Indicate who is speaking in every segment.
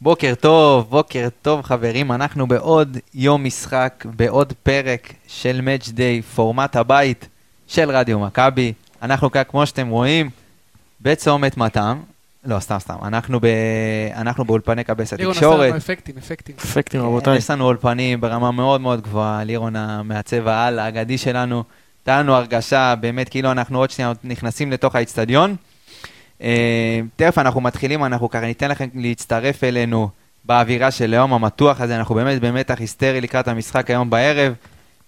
Speaker 1: בוקר טוב, בוקר טוב חברים, אנחנו בעוד יום משחק, בעוד פרק של Match Day, פורמט הבית של רדיו מכבי. אנחנו כאן, כמו שאתם רואים, בצומת מתם. לא, סתם, סתם. אנחנו, ב... אנחנו באולפני קבס
Speaker 2: לירון עשה לנו
Speaker 1: התקשורת. כן,
Speaker 2: אפקטים, אפקטים.
Speaker 3: אפקטים, כן, רבותיי.
Speaker 1: אה, יש לנו אולפנים ברמה מאוד מאוד גבוהה, לירון המעצב העל האגדי שלנו. הייתה לנו הרגשה באמת כאילו אנחנו עוד שנייה נכנסים לתוך האיצטדיון. אה, תכף אנחנו מתחילים, אנחנו ככה ניתן לכם להצטרף אלינו באווירה של היום המתוח הזה, אנחנו באמת במתח היסטרי לקראת המשחק היום בערב.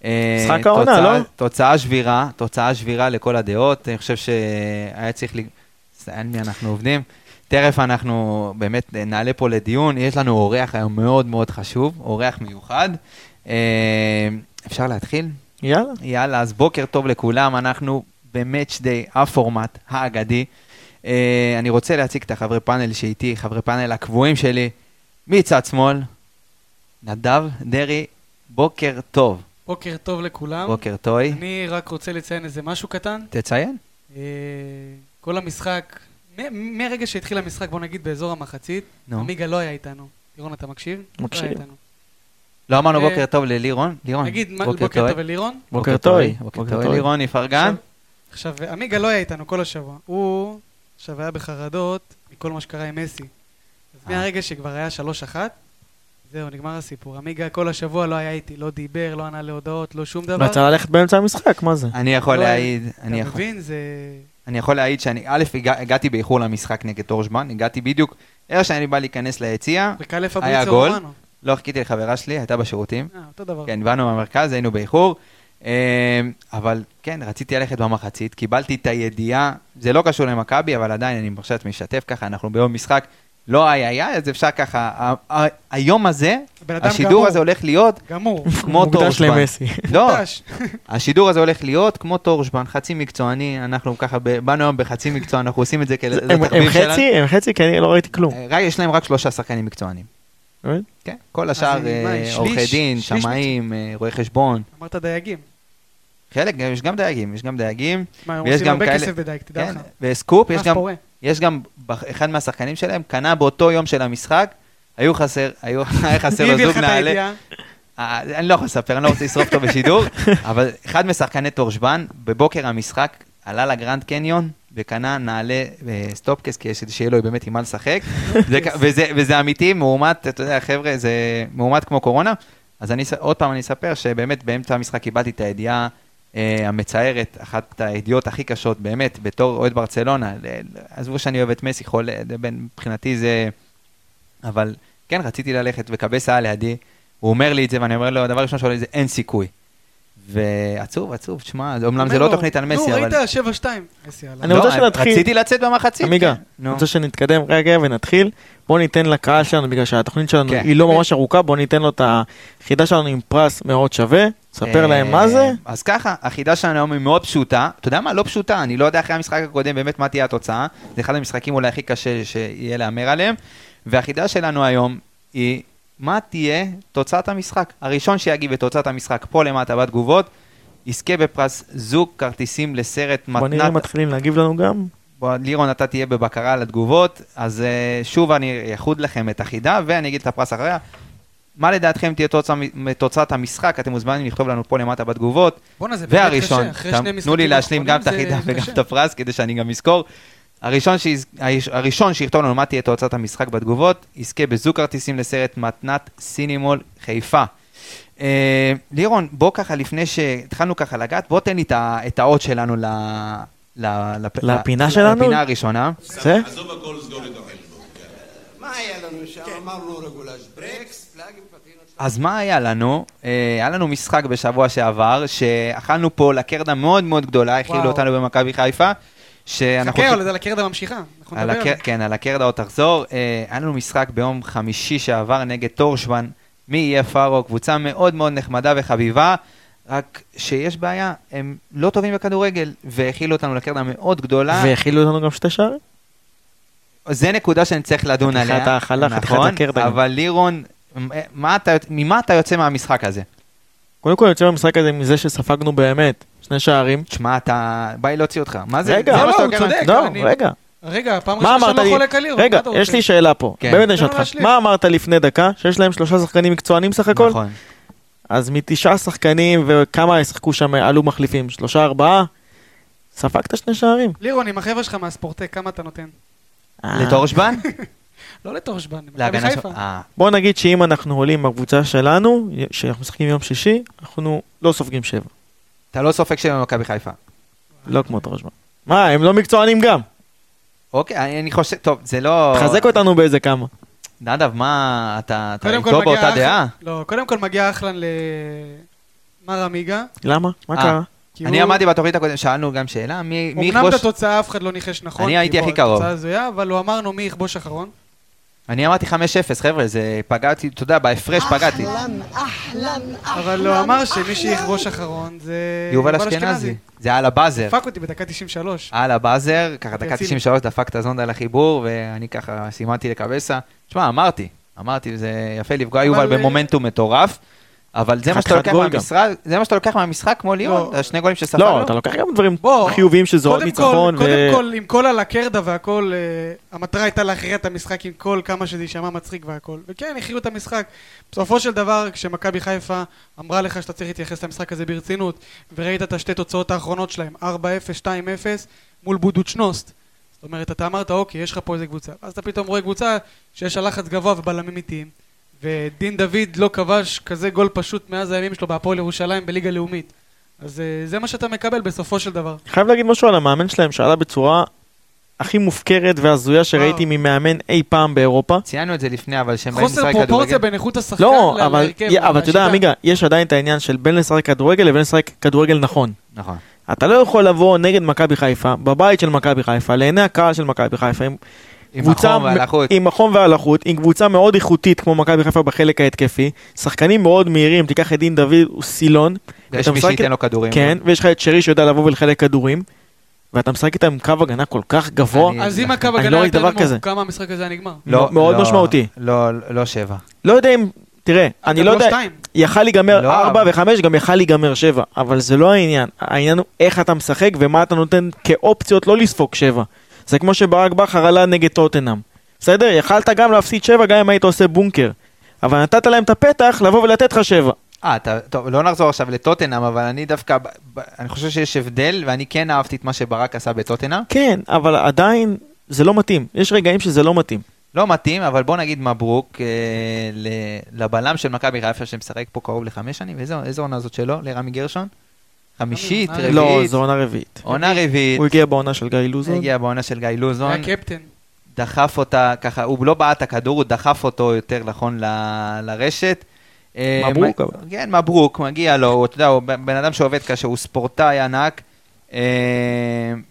Speaker 1: אה,
Speaker 3: משחק העונה,
Speaker 1: תוצאה-
Speaker 3: לא?
Speaker 1: תוצאה שבירה, תוצאה שבירה לכל הדעות, אני חושב שהיה צריך ל... זה, על מי אנחנו עובדים. תכף אנחנו באמת נעלה פה לדיון, יש לנו אורח היום מאוד מאוד חשוב, אורח מיוחד. אה, אפשר להתחיל?
Speaker 3: יאללה.
Speaker 1: יאללה, אז בוקר טוב לכולם, אנחנו ב-Match Day, הפורמט האגדי. אה, אני רוצה להציג את החברי פאנל שאיתי, חברי פאנל הקבועים שלי, מצד שמאל, נדב דרעי, בוקר טוב.
Speaker 2: בוקר טוב לכולם.
Speaker 1: בוקר טוי.
Speaker 2: אני רק רוצה לציין איזה משהו קטן.
Speaker 1: תציין.
Speaker 2: אה, כל המשחק, מ- מהרגע שהתחיל המשחק, בוא נגיד באזור המחצית,
Speaker 1: נו.
Speaker 2: עמיגה לא היה איתנו. לירון, אתה מקשיב?
Speaker 3: מקשיב.
Speaker 2: לא היה איתנו.
Speaker 1: לא אמרנו
Speaker 2: אה,
Speaker 1: בוקר טוב ללירון? לירון,
Speaker 2: נגיד מה- בוקר
Speaker 1: טוב.
Speaker 2: טוב ללירון.
Speaker 3: בוקר טוי.
Speaker 1: בוקר טוב לירון יפרגן.
Speaker 2: עכשיו- עכשיו, עמיגה לא היה איתנו כל השבוע. הוא עכשיו היה בחרדות מכל מה שקרה עם מסי. אז
Speaker 1: אה.
Speaker 2: מהרגע שכבר היה 3-1, זהו, נגמר הסיפור. עמיגה כל השבוע לא היה איתי, לא דיבר, לא ענה להודעות, לא שום דבר.
Speaker 3: לא צריך ללכת באמצע המשחק, מה זה?
Speaker 1: אני יכול
Speaker 2: לא,
Speaker 1: להעיד,
Speaker 2: אתה
Speaker 1: אני יכול-
Speaker 2: מבין? זה...
Speaker 1: אני יכול להעיד שאני, א', הגע- הגעתי באיחור למשחק נגד תורשבן, הגעתי בדיוק, איך שאני בא להיכנס ליציע,
Speaker 2: בקאלה
Speaker 1: היה
Speaker 2: פבריצו
Speaker 1: גול.
Speaker 2: רומנו.
Speaker 1: לא חיכיתי לחברה שלי, הייתה בשירותים.
Speaker 2: אה, אותו דבר.
Speaker 1: כן, באנו מהמרכז, היינו באיחור. אה, אבל כן, רציתי ללכת במחצית, קיבלתי את הידיעה, זה לא קשור למכבי, אבל עדיין אני מרשה לעצמי לשתף ככה, אנחנו ביום משחק, לא איי איי איי, אז אפשר ככה, ה- ה- היום הזה,
Speaker 2: הבן אדם
Speaker 1: השידור
Speaker 2: גמור,
Speaker 1: הזה הולך להיות
Speaker 2: גמור.
Speaker 1: כמו
Speaker 3: מוקדש
Speaker 1: תורשבן.
Speaker 3: למסי.
Speaker 1: לא,
Speaker 2: חדש.
Speaker 1: השידור הזה הולך להיות כמו תורשבן, חצי מקצועני, אנחנו ככה, ב- באנו היום בחצי מקצוע, אנחנו עושים את זה אה, כזה
Speaker 3: הם הם חצי, הם חצי, כי אני לא ראיתי כלום.
Speaker 1: רק, יש להם רק שלושה שחקנים מקצוענים.
Speaker 3: באמת?
Speaker 1: כן, כל השאר
Speaker 2: אז מה,
Speaker 1: אה,
Speaker 2: שליש?
Speaker 1: עורכי דין,
Speaker 2: שליש
Speaker 1: שמאים, אה, רואי חשבון.
Speaker 2: אמרת דייגים.
Speaker 1: חלק, גם- יש גם דייגים, יש גם דייגים.
Speaker 2: מה, הם
Speaker 1: ויש
Speaker 2: עושים
Speaker 1: גם
Speaker 2: הרבה
Speaker 1: כאלה-
Speaker 2: כסף בדייג, תדע
Speaker 1: כן,
Speaker 2: לך.
Speaker 1: וסקופ, יש
Speaker 2: אף
Speaker 1: גם,
Speaker 2: פורה.
Speaker 1: יש גם, בח- אחד מהשחקנים שלהם קנה באותו יום של המשחק, היו חסר, היו היה חסר
Speaker 2: מי הביא
Speaker 1: לו
Speaker 2: לך
Speaker 1: זוג
Speaker 2: את
Speaker 1: נעלי.
Speaker 2: הידיעה?
Speaker 1: אה, אני לא יכול לספר, אני לא רוצה לשרוף אותו בשידור, אבל אחד משחקני תורשבן, בבוקר המשחק, עלה לגרנד קניון וקנה נעלי אה, סטופקס, כי יש- שיהיה לו באמת עם מה לשחק, זה כ- וזה- וזה אמיתי, מאומת, אתה יודע, חבר'ה, זה מאומת כמו קורונה. אז אני, ס- עוד פעם אני אספר שבאמת באמצע המשחק קיבלתי את הידיעה אה, המצערת, אחת הידיעות הכי קשות באמת, בתור אוהד ברצלונה, ל- ל- עזבו שאני אוהב את מסי, חולה, זה בין- מבחינתי זה... אבל כן, רציתי ללכת, וקבס היה לידי, הוא אומר לי את זה, ואני אומר לו, הדבר הראשון שאומר לי זה אין סיכוי. ועצוב, עצוב, תשמע, אומנם זה
Speaker 2: אומר
Speaker 1: לא
Speaker 2: לו,
Speaker 1: תוכנית על מסי, אבל...
Speaker 2: נו, ראית 7-2. מסי עלה.
Speaker 3: אני
Speaker 1: לא,
Speaker 3: רוצה שנתחיל.
Speaker 1: רציתי לצאת במחצית.
Speaker 3: עמיגה,
Speaker 1: כן.
Speaker 3: אני
Speaker 1: נו.
Speaker 3: רוצה שנתקדם רגע ונתחיל. בוא ניתן לקהל שלנו, בגלל שהתוכנית שלנו
Speaker 1: כן.
Speaker 3: היא לא ממש ארוכה, בוא ניתן לו את החידה שלנו עם פרס מאוד שווה. ספר להם מה זה.
Speaker 1: אה, אז ככה, החידה שלנו היום היא מאוד פשוטה. אתה יודע מה? לא פשוטה, אני לא יודע אחרי המשחק הקודם באמת מה תהיה התוצאה. זה אחד המשחקים אולי הכי קשה שיהיה להמר עליהם. והחידה שלנו היום היא, מה תהיה תוצאת המשחק? הראשון שיגיב את תוצאת המשחק פה למטה בתגובות, יזכה בפרס זוג כרטיסים לסרט
Speaker 3: בוא נראה אם
Speaker 1: מתנת
Speaker 3: מתחילים להגיב לנו גם.
Speaker 1: בוא, לירון, אתה תהיה בבקרה על התגובות, אז אה, שוב אני אחוד לכם את החידה, ואני אגיד את הפרס אחריה. מה לדעתכם תהיה תוצא, תוצאת המשחק? אתם מוזמנים לכתוב לנו פה למטה בתגובות.
Speaker 2: בואנה, זה באמת
Speaker 1: והראשון,
Speaker 2: קשה. אחרי
Speaker 1: תם-
Speaker 2: שני משחקים
Speaker 1: תנו לי להשלים גם את
Speaker 2: אחרונים, זה
Speaker 1: החידה וגם
Speaker 2: קשה.
Speaker 1: את הפרס, כדי שאני גם אזכור. הראשון, שיז... הראש- הראשון שיכתוב לנו מה תהיה תוצאת המשחק בתגובות, יזכה בזוג כרטיסים לסרט מתנת סינימול חיפה. אה, לירון, בוא ככה, לפני שהתחלנו ככה לגעת, בוא תן לי את ה- את האות שלנו ל... ל- לפ-
Speaker 3: לפינה
Speaker 1: ל-
Speaker 3: שלנו?
Speaker 1: לפינה הראשונה.
Speaker 3: זה?
Speaker 4: עזוב הכל, סגור את החשבון.
Speaker 5: מה היה לנו שם? אמרנו רגולש ברקס, פלאגים, פטינות.
Speaker 1: אז מה היה לנו? אה, היה לנו משחק בשבוע שעבר, שאכלנו פה לקרדה מאוד מאוד גדולה, הכילו
Speaker 2: וואו.
Speaker 1: אותנו במכבי חיפה, שאנחנו...
Speaker 2: חכה, אבל על הקרדה ממשיכה. אנחנו
Speaker 1: על
Speaker 2: נדבר על
Speaker 1: הקר...
Speaker 2: זה.
Speaker 1: כן, על הקרדה עוד תחזור. אה, היה לנו משחק ביום חמישי שעבר נגד תורשוון מאיי פארו, קבוצה מאוד מאוד נחמדה וחביבה, רק שיש בעיה, הם לא טובים בכדורגל, והכילו אותנו לקרדה מאוד גדולה.
Speaker 3: והאכילו אותנו גם שתי שערים.
Speaker 1: זה נקודה שאני צריך לדון
Speaker 3: חתיכת
Speaker 1: עליה.
Speaker 3: ההאכלה, חתיכת
Speaker 1: נכון,
Speaker 3: הקרדה גם.
Speaker 1: אבל לירון, מ- אה, מה אתה- ממה אתה יוצא מהמשחק הזה?
Speaker 3: קודם כל יוצא במשחק הזה מזה שספגנו באמת שני שערים.
Speaker 1: תשמע, אתה... בא לי להוציא אותך. מה זה?
Speaker 3: רגע,
Speaker 1: זה
Speaker 3: לא,
Speaker 1: מה שאתה
Speaker 2: הוא
Speaker 1: לוקח מה-
Speaker 2: צודק.
Speaker 3: לא,
Speaker 2: אני-
Speaker 3: רגע.
Speaker 2: רגע, פעם
Speaker 3: מה
Speaker 2: ראשונה
Speaker 3: אמרת
Speaker 2: שאתה
Speaker 3: לי?
Speaker 2: לא חולק על לירון.
Speaker 3: רגע,
Speaker 2: מה אתה
Speaker 3: יש
Speaker 2: רוצה?
Speaker 3: לי שאלה פה.
Speaker 1: כן.
Speaker 3: באמת אני
Speaker 2: תן לו
Speaker 3: אשאל אותך.
Speaker 2: להשלים.
Speaker 3: מה אמרת לפני דקה? שיש להם שלושה שחקנים מקצוענים סך הכל?
Speaker 1: נכון.
Speaker 3: אז מתשעה שחקנים וכמה ישחקו שם עלו מחליפים? שלושה, ארבעה? ספגת שני שערים.
Speaker 2: לירון, עם החבר'ה שלך מהספורטק, כמה אתה נותן?
Speaker 3: אה,
Speaker 1: לתורשבן?
Speaker 2: לא לתורשבן, למכבי
Speaker 1: להגנה ש...
Speaker 2: חיפה.
Speaker 1: אה,
Speaker 3: בוא נגיד שאם אנחנו עולים בקבוצה שלנו, שאנחנו משחקים יום שישי, אנחנו לא סופגים שבע.
Speaker 1: אתה לא סופג שם במכבי חיפה.
Speaker 3: לא כמו תרשבן. מה, הם לא מקצוענים גם.
Speaker 1: אוקיי, אני- אני חושב, טוב, זה לא...
Speaker 3: תחזק אותנו באיזה כמה.
Speaker 1: נדב, מה, אתה אתה
Speaker 2: קודם כל
Speaker 1: איתו
Speaker 2: מגיע
Speaker 1: באותה
Speaker 2: אח-
Speaker 1: דעה?
Speaker 2: לא, קודם כל מגיע אחלן למר עמיגה.
Speaker 3: למה? מה
Speaker 1: אה.
Speaker 3: קרה?
Speaker 2: כי
Speaker 1: אני
Speaker 2: הוא-
Speaker 1: עמדתי בתוכנית הקודמת, שאלנו גם שאלה, מי מי
Speaker 2: אמנם
Speaker 1: יכבוש...
Speaker 2: את התוצאה אף אחד לא ניחש נכון.
Speaker 1: אני
Speaker 2: כי
Speaker 1: הייתי
Speaker 2: בוא,
Speaker 1: הכי קרוב.
Speaker 2: תוצאה הזויה, אבל הוא אמרנו מי יכבוש אחרון.
Speaker 1: אני אמרתי 5-0, חבר'ה, זה פגעתי, אתה יודע, בהפרש פגעתי.
Speaker 2: אה, אבל הוא אמר שמי שיכבוש אחרון זה...
Speaker 1: יובל אשכנזי. זה על הבאזר.
Speaker 2: דפק אותי בדקה 93.
Speaker 1: על הבאזר, ככה דקה
Speaker 2: רציני.
Speaker 1: 93 דפק את הזונדה לחיבור, ואני ככה סימנתי לקבסה. תשמע, אמרתי, אמרתי, זה יפה לפגוע יובל
Speaker 2: אבל-
Speaker 1: במומנטום מטורף, אבל זה מה שאתה
Speaker 3: חתיכת
Speaker 1: לוקח
Speaker 3: גול גם.
Speaker 1: מהמשחק, זה מה שאתה לוקח מהמשחק כמו ליאון,
Speaker 2: לא.
Speaker 1: השני גולים שספגנו.
Speaker 3: לא, אתה לוקח גם דברים
Speaker 2: בוא,
Speaker 3: חיוביים שזה עוד
Speaker 2: קודם כל-
Speaker 3: ניצחון. ו-
Speaker 2: קודם כל, עם כל הלקרדה והכל, אה, המטרה הייתה להכריע את המשחק עם כל כמה שזה יישמע מצחיק והכל. וכן, הכריעו את המשחק. בסופו של דבר, כשמכבי חיפה אמרה לך שאתה צריך להתייחס למשחק הזה ברצינות, וראית את השתי תוצאות האחרונות שלהם, 4-0, 2-0, מול בודוצ'נוסט. זאת אומרת, אתה אמרת, אוקיי, יש לך פה איזה קבוצה. אז אתה פתאום רואה קבוצה שיש לה לחץ גבוה ובלמים איטיים. ודין דוד לא כבש כזה גול פשוט מאז הימים שלו בהפועל ירושלים בליגה לאומית. אז אה, זה מה שאתה מקבל בסופו של דבר.
Speaker 3: חייב להגיד משהו על המאמן שלהם שעלה בצורה הכי מופקרת והזויה שראיתי
Speaker 2: וואו.
Speaker 3: ממאמן אי פעם באירופה.
Speaker 1: ציינו את זה לפני, אבל שהם באים
Speaker 2: חוסר
Speaker 1: לשחק
Speaker 2: פרופורציה
Speaker 1: כדורגל.
Speaker 2: בין איכות השחקן
Speaker 3: לא,
Speaker 2: ל-
Speaker 3: אבל
Speaker 2: להרכב,
Speaker 3: יה- אבל אתה יודע,
Speaker 2: השיטה.
Speaker 3: עמיגה, יש עדיין את העניין של בין לשחק כדורגל לבין לשחק כדורגל נכון.
Speaker 1: נכון.
Speaker 3: אתה לא יכול לבוא נגד מכבי חיפה, בבית של מכבי חיפה, לעיני הקהל של מכבי חיפה, עם
Speaker 1: עם
Speaker 3: קבוצה
Speaker 1: החום
Speaker 3: מ-
Speaker 1: והלחות.
Speaker 3: עם החום והלחות, עם קבוצה מאוד איכותית כמו מכבי חיפה בחלק ההתקפי, שחקנים מאוד מהירים, תיקח את דין דוד, הוא סילון.
Speaker 1: יש
Speaker 3: אתה
Speaker 1: מי
Speaker 3: משחק
Speaker 1: שייתן
Speaker 3: את-
Speaker 1: לו כדורים.
Speaker 3: כן, ויש לך את שרי שיודע לבוא ולחלק כדורים, ואתה משחק איתם עם קו הגנה כל כך גבוה.
Speaker 1: אני-
Speaker 2: אז אם הקו
Speaker 3: אני
Speaker 2: הגנה
Speaker 3: לא
Speaker 2: היה
Speaker 3: ראיתי
Speaker 2: יותר
Speaker 3: דבר
Speaker 2: נמוך,
Speaker 3: כזה.
Speaker 2: כמה המשחק הזה היה נגמר?
Speaker 1: לא-
Speaker 3: מאוד
Speaker 1: לא-
Speaker 3: משמעותי.
Speaker 1: לא, לא שבע.
Speaker 3: לא יודע אם, תראה, אני לא
Speaker 2: לא
Speaker 3: יודע,
Speaker 2: שתיים.
Speaker 3: יכל להיגמר
Speaker 1: לא,
Speaker 3: 4
Speaker 1: אבל-
Speaker 3: ו-5, גם יכל להיגמר 7, אבל זה לא העניין. העניין הוא איך אתה משחק ומה אתה נותן כאופציות לא לספוג 7. זה כמו שברק בכר עלה נגד טוטנאם. בסדר? יכלת גם להפסיד 7 גם אם היית עושה בונקר. אבל נתת להם את הפתח לבוא ולתת לך 7.
Speaker 1: אה, אתה, טוב, לא נחזור עכשיו לטוטנאם, אבל אני דווקא, ב- ב- אני חושב שיש הבדל, ואני כן אהבתי את מה שברק עשה בטוטנאם.
Speaker 3: כן, אבל עדיין זה לא מתאים. יש רגעים שזה לא מתאים.
Speaker 1: לא מתאים, אבל בוא נגיד מברוק אה, ל- לבלם של מכבי חיפה שמשחק פה קרוב לחמש שנים, איזה איזה עונה זאת שלו? לרמי גרשון? חמישית,
Speaker 2: רביעית.
Speaker 3: לא,
Speaker 1: רביעית,
Speaker 3: זו עונה רביעית.
Speaker 1: עונה רביעית,
Speaker 3: הוא הגיע בעונה של גיא לוזון.
Speaker 1: הגיע בעונה של גיא
Speaker 2: הוא
Speaker 1: לוזון,
Speaker 2: היה קפטן.
Speaker 1: דחף אותה ככה, הוא לא בעט את הכדור, הוא דחף אותו יותר נכון ל- לרשת. אה,
Speaker 3: מברוק,
Speaker 1: מ-
Speaker 3: אבל.
Speaker 1: כן, מברוק, מגיע לו, הוא, אתה יודע, הוא בן אדם שעובד קשה, הוא ספורטאי ענק, אה,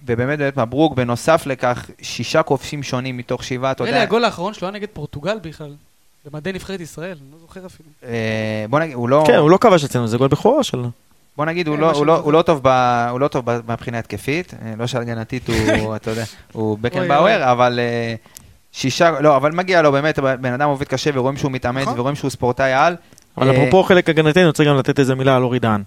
Speaker 1: ובאמת באמת מברוק, בנוסף לכך, שישה כובשים שונים מתוך שבעה, אתה
Speaker 2: אלה
Speaker 1: יודע,
Speaker 2: הגול האחרון שלו היה נגד פורטוגל בכלל. במדי נבחרת ישראל, אני לא זוכר אפילו.
Speaker 1: אה, בוא נגיד, הוא לא...
Speaker 3: כן, הוא לא כבש אצלנו, זה גול בכורה שלו.
Speaker 1: בוא נגיד, הוא
Speaker 2: כן,
Speaker 1: לא-
Speaker 2: מה
Speaker 1: הוא לא-
Speaker 2: שאני
Speaker 1: הוא לא טוב ב- הוא לא טוב ב- מהבחינה התקפית, אה, לא שהגנתית הוא, אתה יודע, הוא
Speaker 2: אוי,
Speaker 1: בקנבאואר, אבל אה, שישה, לא, אבל מגיע לו באמת, בן אדם עובד קשה ורואים שהוא מתאמץ
Speaker 2: נכון.
Speaker 1: ורואים שהוא ספורטאי על.
Speaker 3: אבל
Speaker 1: אה,
Speaker 3: אפרופו חלק הגנתי, אני רוצה גם לתת איזה מילה על אורי דהן.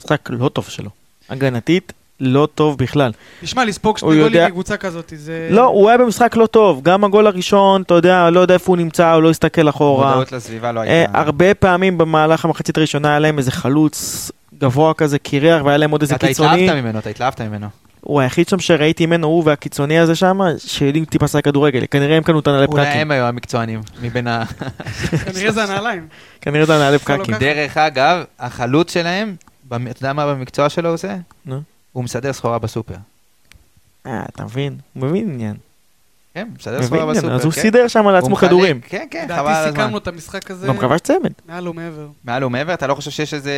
Speaker 3: משחק לא טוב שלו. הגנתית, לא טוב בכלל.
Speaker 2: תשמע, לספוג
Speaker 3: הוא
Speaker 2: שני גולים
Speaker 3: יודע-
Speaker 2: מקבוצה כזאת,
Speaker 1: אה,
Speaker 2: זה...
Speaker 3: לא, הוא היה במשחק לא טוב. גם הגול הראשון, אתה יודע, לא יודע איפה הוא נמצא, הוא לא הסתכל אחורה.
Speaker 1: מודעות לסביבה לא
Speaker 3: אה,
Speaker 1: הייתה.
Speaker 3: הרבה פעמים במהלך המחצית הראשונה היה להם איזה חלוץ גבוה כזה, קירח, והיה להם עוד איזה
Speaker 1: אתה
Speaker 3: קיצוני.
Speaker 1: התלהבת ממנו, אתה התלהבת ממנו.
Speaker 3: הוא היחיד שם שראיתי ממנו, הוא והקיצוני הזה שם, שיודעים טיפה לשחק כדורגל. כנראה הם קנו את הנעלי
Speaker 1: אולי
Speaker 3: פקקים.
Speaker 1: הם היו המקצוענים מבין ה...
Speaker 2: כנראה זה הנעליים.
Speaker 3: כנראה את הנעלי פקקים.
Speaker 2: לוקח-
Speaker 1: דרך אגב, החלוץ שלהם, במ- אתה יודע מה במקצוע שלו הוא עושה?
Speaker 3: נו.
Speaker 1: הוא מסדר סחורה בסופר.
Speaker 3: אה, אתה מבין? הוא מבין עניין.
Speaker 1: כן, מסדר
Speaker 3: מבין
Speaker 1: סחורה
Speaker 3: עניין.
Speaker 1: בסופר.
Speaker 3: אז הוא
Speaker 1: כן.
Speaker 3: סידר שם
Speaker 1: הוא
Speaker 3: לעצמו
Speaker 1: מחלק,
Speaker 3: כדורים.
Speaker 1: כן, כן, חבל על
Speaker 2: לדעתי
Speaker 1: הזמן.
Speaker 2: סיכמנו את המשחק הזה
Speaker 3: גם כבש צמד.
Speaker 2: מעל ומעבר.
Speaker 1: מעל ומעבר, אתה לא חושב שיש איזה...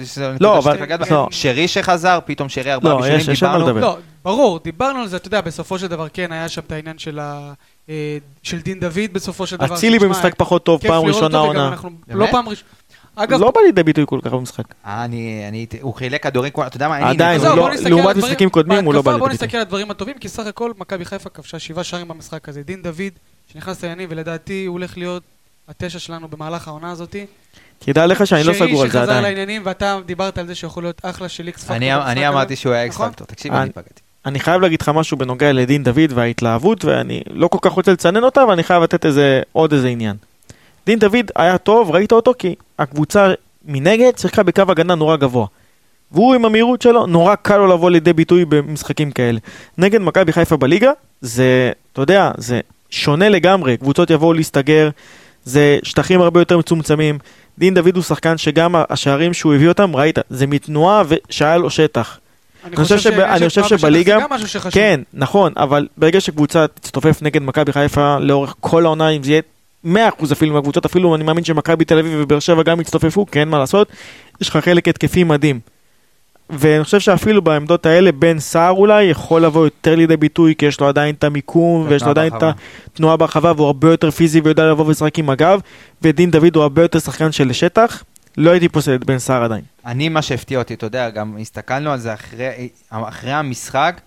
Speaker 1: יש איזה
Speaker 3: לא,
Speaker 1: נקודה שצריך
Speaker 3: אבל-
Speaker 1: לגעת בה?
Speaker 3: לא.
Speaker 1: שרי שחזר, פתאום שרי ארבעה
Speaker 3: לא,
Speaker 1: בישולים,
Speaker 3: יש- יש על מה
Speaker 1: דיברנו.
Speaker 3: לדבר.
Speaker 2: לא, ברור, דיברנו על זה, אתה יודע, בסופו של דבר כן, היה שם את העניין של ה- אה, של דין דוד בסופו של דבר.
Speaker 3: אצילי
Speaker 2: שתשמע,
Speaker 3: במשחק פחות טוב,
Speaker 2: כיף
Speaker 3: לא פעם
Speaker 2: לראות
Speaker 3: ראשונה
Speaker 2: אותו, וגם
Speaker 3: עונה.
Speaker 2: אנחנו לא
Speaker 1: באמת?
Speaker 2: פעם ראשונה. אגב,
Speaker 3: לא בא לידי ביטוי כל כך במשחק.
Speaker 1: אה, אני... אני הייתי- הוא חילק כדורים כמו... אתה יודע מה? אין לי
Speaker 3: עדיין,
Speaker 1: נקודות.
Speaker 2: עזוב,
Speaker 3: לא-
Speaker 2: בוא נסתכל
Speaker 3: לעומת
Speaker 2: על הדברים-
Speaker 3: משחקים קודמים, הוא לא בא
Speaker 2: בהתקפה בוא
Speaker 3: לידי ביטוי.
Speaker 2: נסתכל על הדברים הטובים, כי סך הכל מכבי חיפה כבשה שבעה שערים במשחק הזה. דין דוד, שנכנס לעניינים, ולדעתי הוא הולך להיות התשע שלנו במהלך העונה הזאת.
Speaker 3: תדע לך שאני לא סגור על זה
Speaker 2: שרי שחזר
Speaker 3: עדיין.
Speaker 2: לעניינים, ואתה דיברת על זה שיכול להיות אחלה של איקס פקטור.
Speaker 1: אני-
Speaker 2: במשחק
Speaker 1: אני
Speaker 2: הזה.
Speaker 1: אמרתי שהוא היה אקס
Speaker 2: נכון?
Speaker 1: פקטור, תקשיב, אני
Speaker 3: אני-
Speaker 1: פגעתי.
Speaker 3: אני חייב להגיד לך משהו בנוגע לדין דוד וההתלהבות, ואני לא כל כך רוצה לצנן אותה, אבל אני חייב לתת איזה, עוד איזה עניין. דין דוד היה טוב, ראית אותו, כי הקבוצה מנגד שיחקה בקו הגנה נורא גבוה. והוא עם המהירות שלו, נורא קל לו לבוא לידי ביטוי במשחקים כאלה. נגד מכבי חיפה בליגה, זה, אתה יודע, זה שונה לגמרי. קבוצות יבואו להסתגר, זה שטחים הרבה יותר מצומצמים. דין דוד הוא שחקן שגם השערים שהוא הביא אותם, ראית, זה מתנועה ושהיה לו שטח. אני חושב שב-
Speaker 2: שהעניין של
Speaker 3: אני חושב
Speaker 2: תנועה בשטח
Speaker 3: שבליגה-
Speaker 2: זה גם משהו שחשוב.
Speaker 3: כן, נכון, אבל ברגע שקבוצה תצטופף נגד מכבי חיפה לאורך כל העונה, אם זה יהיה 100% אפילו מהקבוצות, אפילו אני מאמין שמכבי תל אביב ובאר שבע גם יצטופפו, כי אין מה לעשות, יש לך חלק התקפי מדהים. ואני חושב שאפילו בעמדות האלה, בן סער אולי יכול לבוא יותר לידי ביטוי, כי יש לו עדיין את המיקום, ויש לו עדיין את התנועה בהרחבה, והוא הרבה יותר פיזי ויודע לבוא ולשחק עם הגב, ודין דוד הוא הרבה יותר שחקן של שטח, לא הייתי פוסל את בן סער עדיין.
Speaker 1: אני, מה שהפתיע אותי, אתה יודע, גם הסתכלנו על זה אחרי, אחרי המשחק,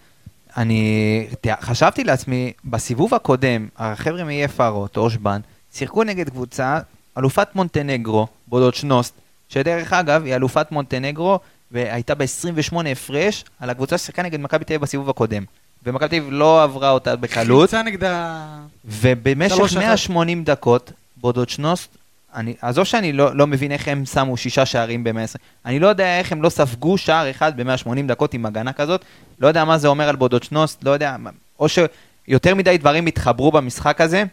Speaker 1: אני ת- חשבתי לעצמי, בסיבוב הקודם, החבר'ה מ-EFRO, אושבן, שיחקו נגד קבוצה, אלופת מונטנגרו, בולוצ'נוסט, שדרך אגב, היא אלופת מונטנגרו, והייתה ב-28 הפרש על הקבוצה ששיחקה נגד מכבי תל אביב בסיבוב הקודם. ומכבי תל אביב לא עברה אותה בקלות.
Speaker 2: חילצה נגדה... שלוש
Speaker 1: ובמשך
Speaker 2: אחת.
Speaker 1: 180 דקות, בודוצ'נוסט, אני, עזוב שאני לא, לא מבין איך הם שמו שישה שערים ב-120, אני לא יודע איך הם לא ספגו שער אחד ב-180 דקות עם הגנה כזאת, לא יודע מה זה אומר על בודוצ'נוסט, לא יודע, מה- או שיותר מדי דברים התחברו במשחק הזה,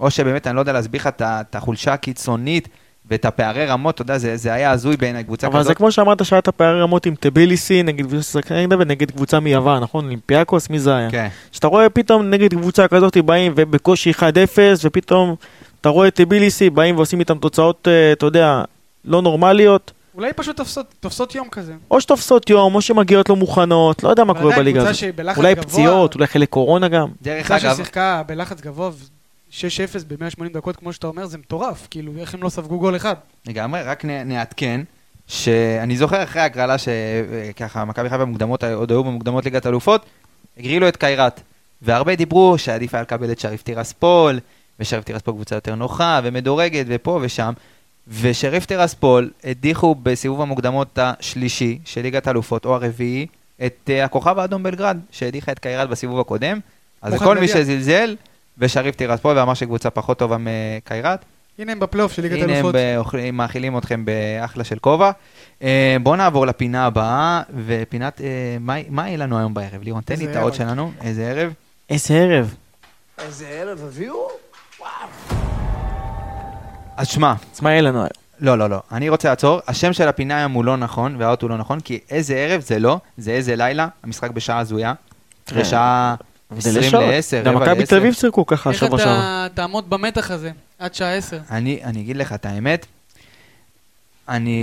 Speaker 1: או שבאמת אני לא יודע להסביר לך את ה- את החולשה הקיצונית ואת הפערי רמות, אתה יודע, זה, זה היה הזוי בעיניי, קבוצה
Speaker 3: אבל זה
Speaker 1: כזאת.
Speaker 3: כמו שאמרת שהיה את הפערי רמות עם טביליסי, נגד קבוצה ששחקה נגדה ונגד קבוצה מיוון, נכון? אולימפיאקוס, מי זה היה?
Speaker 1: כן.
Speaker 3: שאתה רואה פתאום נגד קבוצה כזאת באים ובקושי 1-0, ופתאום אתה רואה את טביליסי, באים ועושים איתם תוצאות, אה, אתה יודע, לא נורמליות,
Speaker 2: אולי פשוט תופסות- תופסות יום כזה.
Speaker 3: או שתופסות יום, או שמגיעות לא מוכנות, לא יודע מה
Speaker 2: אבל
Speaker 3: קורה
Speaker 2: עדיין
Speaker 3: בליגה
Speaker 2: קבוצה
Speaker 3: הזאת.
Speaker 2: שהיא בלחץ
Speaker 3: אולי
Speaker 2: גבוה.
Speaker 3: פציעות, אולי חלק קורונה גם.
Speaker 1: דרך
Speaker 2: קבוצה
Speaker 1: אגב,
Speaker 2: ששיחקה בלחץ גבוה, ו- 6-0 ב-180 דקות, כמו שאתה אומר, זה מטורף. כאילו, איך הם לא ספגו גול אחד?
Speaker 1: לגמרי, רק נ- נעדכן, שאני זוכר אחרי ההגרלה שככה, מכבי חיפה במוקדמות, עוד היו במוקדמות ליגת אלופות, הגרילו את קיירת. והרבה דיברו שעדיף היה לקבל את שריף טירספול, ושריף טירספול קבוצה יותר נוחה, ומדורגת, ופה ושם. ושריף טירספול הדיחו בסיבוב המוקדמות השלישי של ליגת אלופות, או הרביעי, את אה, הכוכב האדום בלגרד, שהדיחה את קיירת בסיבוב הקודם. אז
Speaker 2: מוחמד
Speaker 1: כל מי
Speaker 2: נדיה.
Speaker 1: שזלזל, ושריף טירספול, ואמר שקבוצה פחות טובה מקיירת,
Speaker 2: הנה הם בפלייאוף של ליגת
Speaker 1: הנה הם
Speaker 2: אלופות.
Speaker 1: באוכלים- מאכילים אתכם באחלה של כובע. אה, בואו נעבור לפינה הבאה, ופינת, אה, מה- מה יהיה לנו היום בערב? לירון, תן לי
Speaker 2: איזה
Speaker 1: את העוד
Speaker 2: ערב.
Speaker 1: שלנו, איזה ערב.
Speaker 3: איזה ערב.
Speaker 5: איזה ערב הביאו?
Speaker 1: אז שמע,
Speaker 3: אז מה יהיה לנו היום?
Speaker 1: לא, לא, לא, אני רוצה לעצור. השם של הפינה היום הוא לא נכון, והאות הוא לא נכון, כי איזה ערב זה לא, זה איזה לילה, המשחק בשעה הזויה.
Speaker 3: כן.
Speaker 1: בשעה
Speaker 3: זה
Speaker 1: 20
Speaker 3: לשעות.
Speaker 1: ל-10,
Speaker 3: גם מכבי תל אביב שיחקו ככה
Speaker 2: איך
Speaker 3: שבוע שעבר.
Speaker 2: אתה תעמוד במתח הזה עד שעה 10?
Speaker 1: אני, אני אגיד לך את האמת, אני...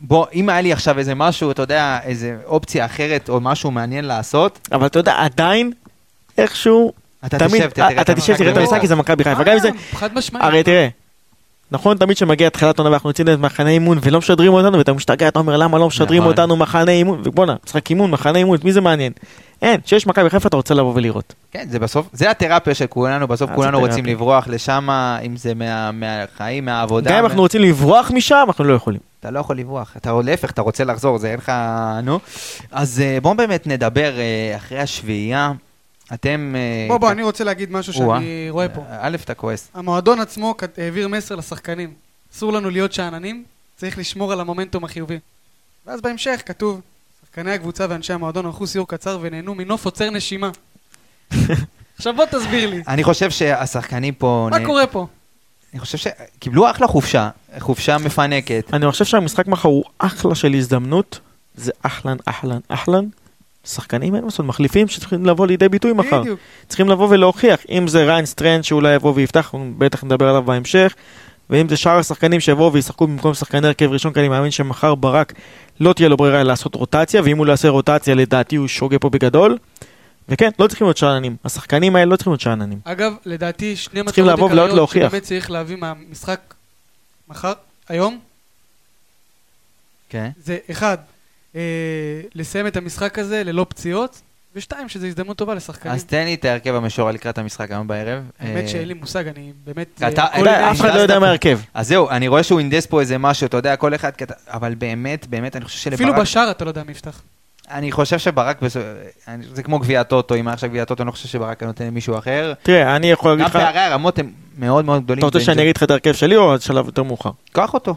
Speaker 1: בוא, אם היה לי עכשיו איזה משהו, אתה יודע, איזה אופציה אחרת או משהו מעניין לעשות,
Speaker 3: אבל אתה יודע, עדיין, איכשהו,
Speaker 1: אתה
Speaker 3: תמיד-
Speaker 1: תשב, תראה את
Speaker 3: אתה תשב,
Speaker 1: המשחק
Speaker 3: תראה את המשחק,
Speaker 1: לבד.
Speaker 3: כי זה מכבי חיפה. גם כן, אם זה,
Speaker 2: אה, חד משמעית.
Speaker 3: הרי תראה, נכון תמיד שמגיע התחילת עונה ואנחנו יוצאים למחנה אימון ולא משדרים אותנו ואתה משתגע, אתה אומר למה לא משדרים
Speaker 1: נכון.
Speaker 3: אותנו מחנה אימון, ובואנה, משחק אימון, מחנה אימון, את מי זה מעניין? אין, כשיש מכבי חיפה אתה רוצה לבוא ולראות.
Speaker 1: כן, זה בסוף, זה התרפיה של כולנו, בסוף
Speaker 3: אה,
Speaker 1: כולנו
Speaker 3: זה
Speaker 1: רוצים
Speaker 3: תרפיה.
Speaker 1: לברוח לשם, אם זה מה- מהחיים, מהעבודה.
Speaker 3: גם אם
Speaker 1: מה-
Speaker 3: אנחנו רוצים לברוח משם, אנחנו לא יכולים.
Speaker 1: אתה לא יכול לברוח, אתה או להפך, אתה רוצה לחזור, זה אין לך... נו. אז אה, בואו באמת נדבר אה, אחרי השביעייה. אתם... אה,
Speaker 2: בוא, בוא, אני רוצה להגיד משהו
Speaker 1: או-אה.
Speaker 2: שאני רואה פה.
Speaker 1: א', אתה כועס.
Speaker 2: המועדון עצמו כת- העביר מסר לשחקנים. אסור לנו להיות שאננים, צריך לשמור על המומנטום החיובי. ואז בהמשך כתוב, שחקני הקבוצה ואנשי המועדון ערכו סיור קצר ונהנו מנוף עוצר נשימה. עכשיו בוא תסביר לי,
Speaker 1: אני חושב שהשחקנים פה...
Speaker 2: מה
Speaker 1: נה-
Speaker 2: קורה פה?
Speaker 1: אני חושב שקיבלו אחלה חופשה, חופשה מפנקת.
Speaker 3: אני חושב שהמשחק מחר הוא אחלה של הזדמנות, זה אחלן, אחלן, אחלן. שחקנים אין מה לעשות, מחליפים שצריכים לבוא לידי ביטוי מחר.
Speaker 2: בדיוק.
Speaker 3: צריכים לבוא ולהוכיח, אם זה ריין סטרנד שאולי יבוא ויפתח, אנחנו בטח נדבר עליו בהמשך, ואם זה שאר השחקנים שיבואו וישחקו במקום שחקני הרכב ראשון, כי אני מאמין שמחר ברק לא תהיה לו ברירה לעשות רוטציה, ואם הוא לא יעשה רוטציה לדעתי הוא שוגה פה בגדול, וכן, לא צריכים להיות שאננים, השחקנים האלה לא צריכים להיות שאננים.
Speaker 2: אגב, לדעתי שני
Speaker 3: צריכים
Speaker 2: מטרות
Speaker 3: לבוא ולהיות
Speaker 2: עיקריות
Speaker 3: להוכיח.
Speaker 2: שבאמת צריך להביא מהמשחק מחר, היום,
Speaker 1: כן.
Speaker 2: זה אחד, אה, לסיים את המשחק הזה ללא פציעות, ושתיים, שזו הזדמנות טובה לשחקנים.
Speaker 1: אז תן לי את ההרכב המשוער לקראת המשחק היום בערב.
Speaker 2: האמת
Speaker 1: אה,
Speaker 2: שאין לי מושג, אני באמת...
Speaker 1: אתה-
Speaker 2: אה,
Speaker 1: אתה-
Speaker 2: כל
Speaker 1: יודע,
Speaker 3: אף אחד לא יודע
Speaker 1: נכנסת-
Speaker 3: מה ההרכב.
Speaker 1: אז זהו, אני רואה שהוא הנדס פה איזה משהו, אתה יודע, כל אחד, קט- אבל באמת, באמת, אני חושב שלברק...
Speaker 2: אפילו בשער אתה לא יודע מי יפתח.
Speaker 1: אני חושב שברק, בסוף- אני- זה כמו גביע טוטו, אם היה עכשיו גביע טוטו, אני לא חושב שברק היה נותן למישהו אחר.
Speaker 3: תראה, אני יכול להגיד
Speaker 1: גם
Speaker 3: לך...
Speaker 1: פערי הרמות הם מאוד מאוד גדולים.
Speaker 3: אתה רוצה
Speaker 1: בין
Speaker 3: שאני
Speaker 1: זה-
Speaker 3: אגיד כן. לך את ההרכב שלי או עד שלב יותר מאוחר?
Speaker 1: קח אותו.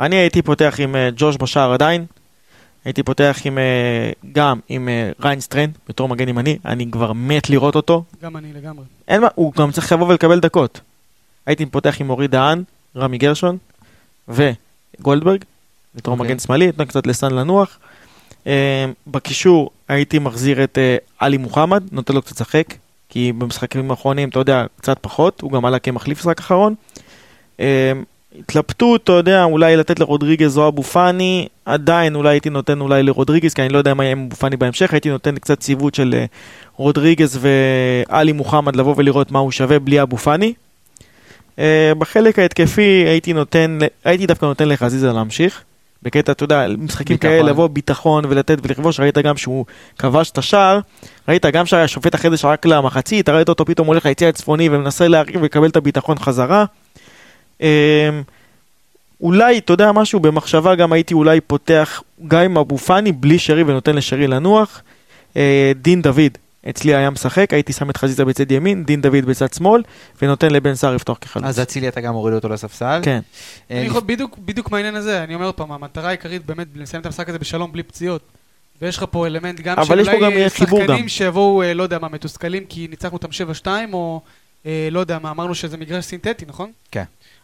Speaker 3: אני הייתי פותח עם אה, ג'וש בשער עדיין. הייתי פותח עם אה, גם עם אה, ריין סטריין בתור מגן ימני, אני כבר מת לראות אותו.
Speaker 2: גם אני לגמרי.
Speaker 3: אין מה, הוא גם צריך לבוא ולקבל דקות. הייתי פותח עם אורי דהן, רמי גרשון וגולדברג, בתור
Speaker 1: אוקיי.
Speaker 3: מגן שמאלי, נתן קצת לסן לנוח. אה, בקישור הייתי מחזיר את אה, עלי מוחמד, נותן לו קצת לשחק, כי במשחקים האחרונים, אתה יודע, קצת פחות, הוא גם עלה כמחליף משחק אחרון. אה, התלבטות, אתה יודע, אולי לתת לרודריגז או אבו פאני, עדיין אולי הייתי נותן אולי לרודריגז, כי אני לא יודע מה יהיה עם אבו פאני בהמשך, הייתי נותן קצת ציוות של אה, רודריגז ועלי מוחמד לבוא ולראות מה הוא שווה בלי אבו פאני. אה, בחלק ההתקפי הייתי נותן, ל- הייתי דווקא נותן לחזיזה להמשיך. בקטע, אתה יודע, משחקים
Speaker 1: ביטחון.
Speaker 3: כאלה, לבוא ביטחון ולתת ולכבוש, ראית גם שהוא כבש את השער, ראית גם שהשופט אחרי זה שרק למחצית, ראית אותו פתאום הולך ליציע הצפוני ומנסה להרחיב ולקבל את הביטחון חזרה. אמ, אולי, אתה יודע משהו, במחשבה גם הייתי אולי פותח גם עם אבו פאני בלי שרי ונותן לשרי לנוח. אה, דין דוד אצלי היה משחק, הייתי שם את חזיזה בצד ימין, דין דוד בצד שמאל, ונותן לבן סער לפתוח כחלוץ.
Speaker 1: אז אצילי אתה גם מוריד אותו לספסל.
Speaker 3: כן,
Speaker 1: אה,
Speaker 2: אני יכול- בדיוק- בדיוק מהעניין הזה, אני אומר עוד פעם, המטרה העיקרית באמת לסיים את המשחק הזה בשלום בלי פציעות. ויש לך פה אלמנט גם
Speaker 3: אבל יש פה גם,
Speaker 2: אה,
Speaker 3: אה, חיבור גם.
Speaker 2: שחקנים שיבואו, אה, לא יודע מה, מתוסכלים כי ניצחנו אותם 7-2, או אה, לא יודע מה, אמרנו שזה מגרש סינתטי, נכון?
Speaker 1: כן.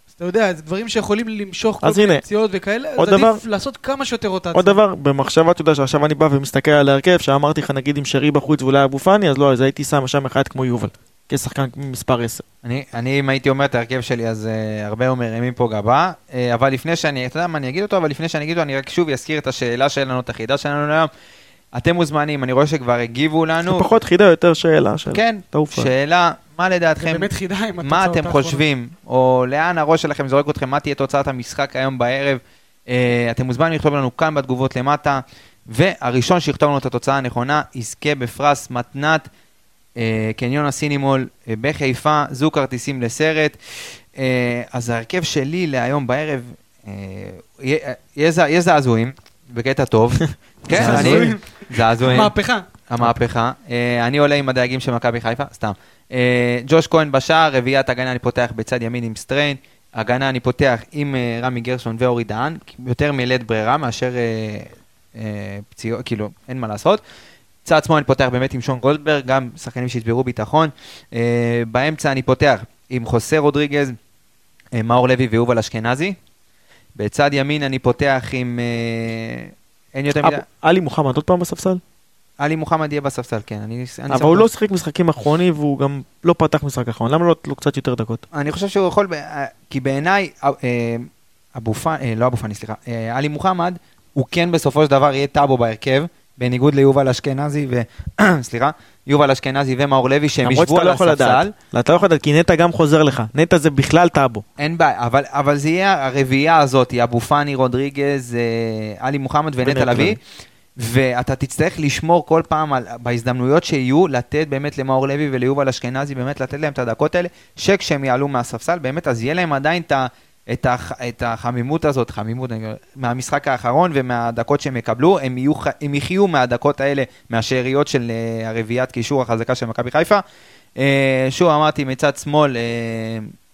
Speaker 2: אז אתה יודע, זה דברים שיכולים למשוך כל
Speaker 3: אז
Speaker 2: מיני
Speaker 3: הנה,
Speaker 2: פציעות וכאלה,
Speaker 3: עוד
Speaker 2: אז עדיף
Speaker 3: דבר-
Speaker 2: לעשות כמה שיותר רוטציה.
Speaker 3: עוד דבר, במחשבה, אתה יודע שעכשיו אני בא ומסתכל על ההרכב, שאמרתי לך נגיד עם שרי בחוץ ואולי אבו פאני, אז לא, אז הייתי שם שם אחד כמו יובל, כשחקן מספר 10.
Speaker 1: אני, אני, אם הייתי אומר את ההרכב שלי, אז uh, הרבה היו מרימים פה גבה. Uh, אבל לפני שאני, אתה יודע מה, אני אגיד אותו, אבל לפני שאני אגיד אותו, אני רק שוב אזכיר את השאלה שלנו, את החידה שלנו היום. אתם מוזמנים, אני רואה שכבר הגיבו לנו.
Speaker 3: פחות חידה, יותר שאלה. של-
Speaker 1: כן,
Speaker 3: תעוף.
Speaker 1: שאלה, מה
Speaker 2: זה
Speaker 1: לדעתכם,
Speaker 2: באמת חידה עם
Speaker 1: מה
Speaker 2: התוצאות
Speaker 1: אתם
Speaker 2: האחרונות.
Speaker 1: חושבים, או לאן הראש שלכם זורק אתכם, מה תהיה תוצאת המשחק היום בערב. Uh, אתם מוזמנים לכתוב לנו כאן בתגובות למטה, והראשון שיכתוב לנו את התוצאה הנכונה, יזכה בפרס מתנת אה, קניון הסינימול אה, בחיפה, זוג כרטיסים לסרט. אה, אז ההרכב שלי להיום בערב, אה, יהיה- אה, יהיה זע- יהיה זעזועים, בקטע טוב. כן, אני...
Speaker 3: זעזועים.
Speaker 1: זעזועים.
Speaker 2: מהפכה.
Speaker 1: המהפכה. אה, אני עולה עם הדייגים של מכבי חיפה, סתם. אה, ג'וש כהן בשער, רביעיית הגנה אני פותח בצד ימין עם סטריין. הגנה אני פותח עם אה, רמי גרשון ואורי דהן, יותר מלית ברירה מאשר אה, אה, פציעות, כאילו, אין מה לעשות. צד שמאל אני פותח באמת עם שון גולדברג, גם שחקנים שיצברו ביטחון. אה, באמצע אני פותח עם חוסה רודריגז, אה, מאור לוי ויובל אשכנזי. בצד ימין אני פותח עם... אה, אין יותר מדי...
Speaker 3: אבו- עלי מוחמד עוד פעם בספסל?
Speaker 1: עלי מוחמד יהיה בספסל, כן. אני, אני שם
Speaker 3: אבל הוא
Speaker 1: אותו.
Speaker 3: לא שיחק משחקים אחרונים והוא גם לא פתח משחק אחרון, למה לא לתת לו קצת יותר דקות?
Speaker 1: אני חושב שהוא יכול, ב- אה, כי בעיניי, אה, אה, אבו פאני, אה, לא אבו פאני, סליחה, אה, עלי מוחמד, הוא כן בסופו של דבר יהיה טאבו בהרכב, בניגוד ליובל אשכנזי ו... סליחה, יובל אשכנזי ומאור לוי, שהם
Speaker 3: למרות
Speaker 1: ישבו
Speaker 3: שאתה
Speaker 1: על
Speaker 3: לא יכול
Speaker 1: הספסל.
Speaker 3: לדעת, אתה לא יכול לדעת, כי נטע גם חוזר לך, נטע זה בכלל טאבו.
Speaker 1: אין בעיה, אבל, אבל זה יהיה הרביעייה הזאת, אבו פאני, רודריגז, אה, עלי מוחמד ונטע
Speaker 3: ונטע
Speaker 1: לביא,
Speaker 3: לביא.
Speaker 1: ואתה תצטרך לשמור כל פעם, על, בהזדמנויות שיהיו, לתת באמת למאור לוי וליובל אשכנזי, באמת לתת להם את הדקות האלה, שכשהם יעלו מהספסל, באמת, אז יהיה להם עדיין את, ה- את, הח, את החמימות הזאת, חמימות, אני- מהמשחק האחרון ומהדקות שהם יקבלו, הם, יהיו, ח- הם יחיו מהדקות האלה, מהשאריות של אה, הרביעיית קישור החזקה של מכבי חיפה. אה, שוב אמרתי, מצד שמאל, אה,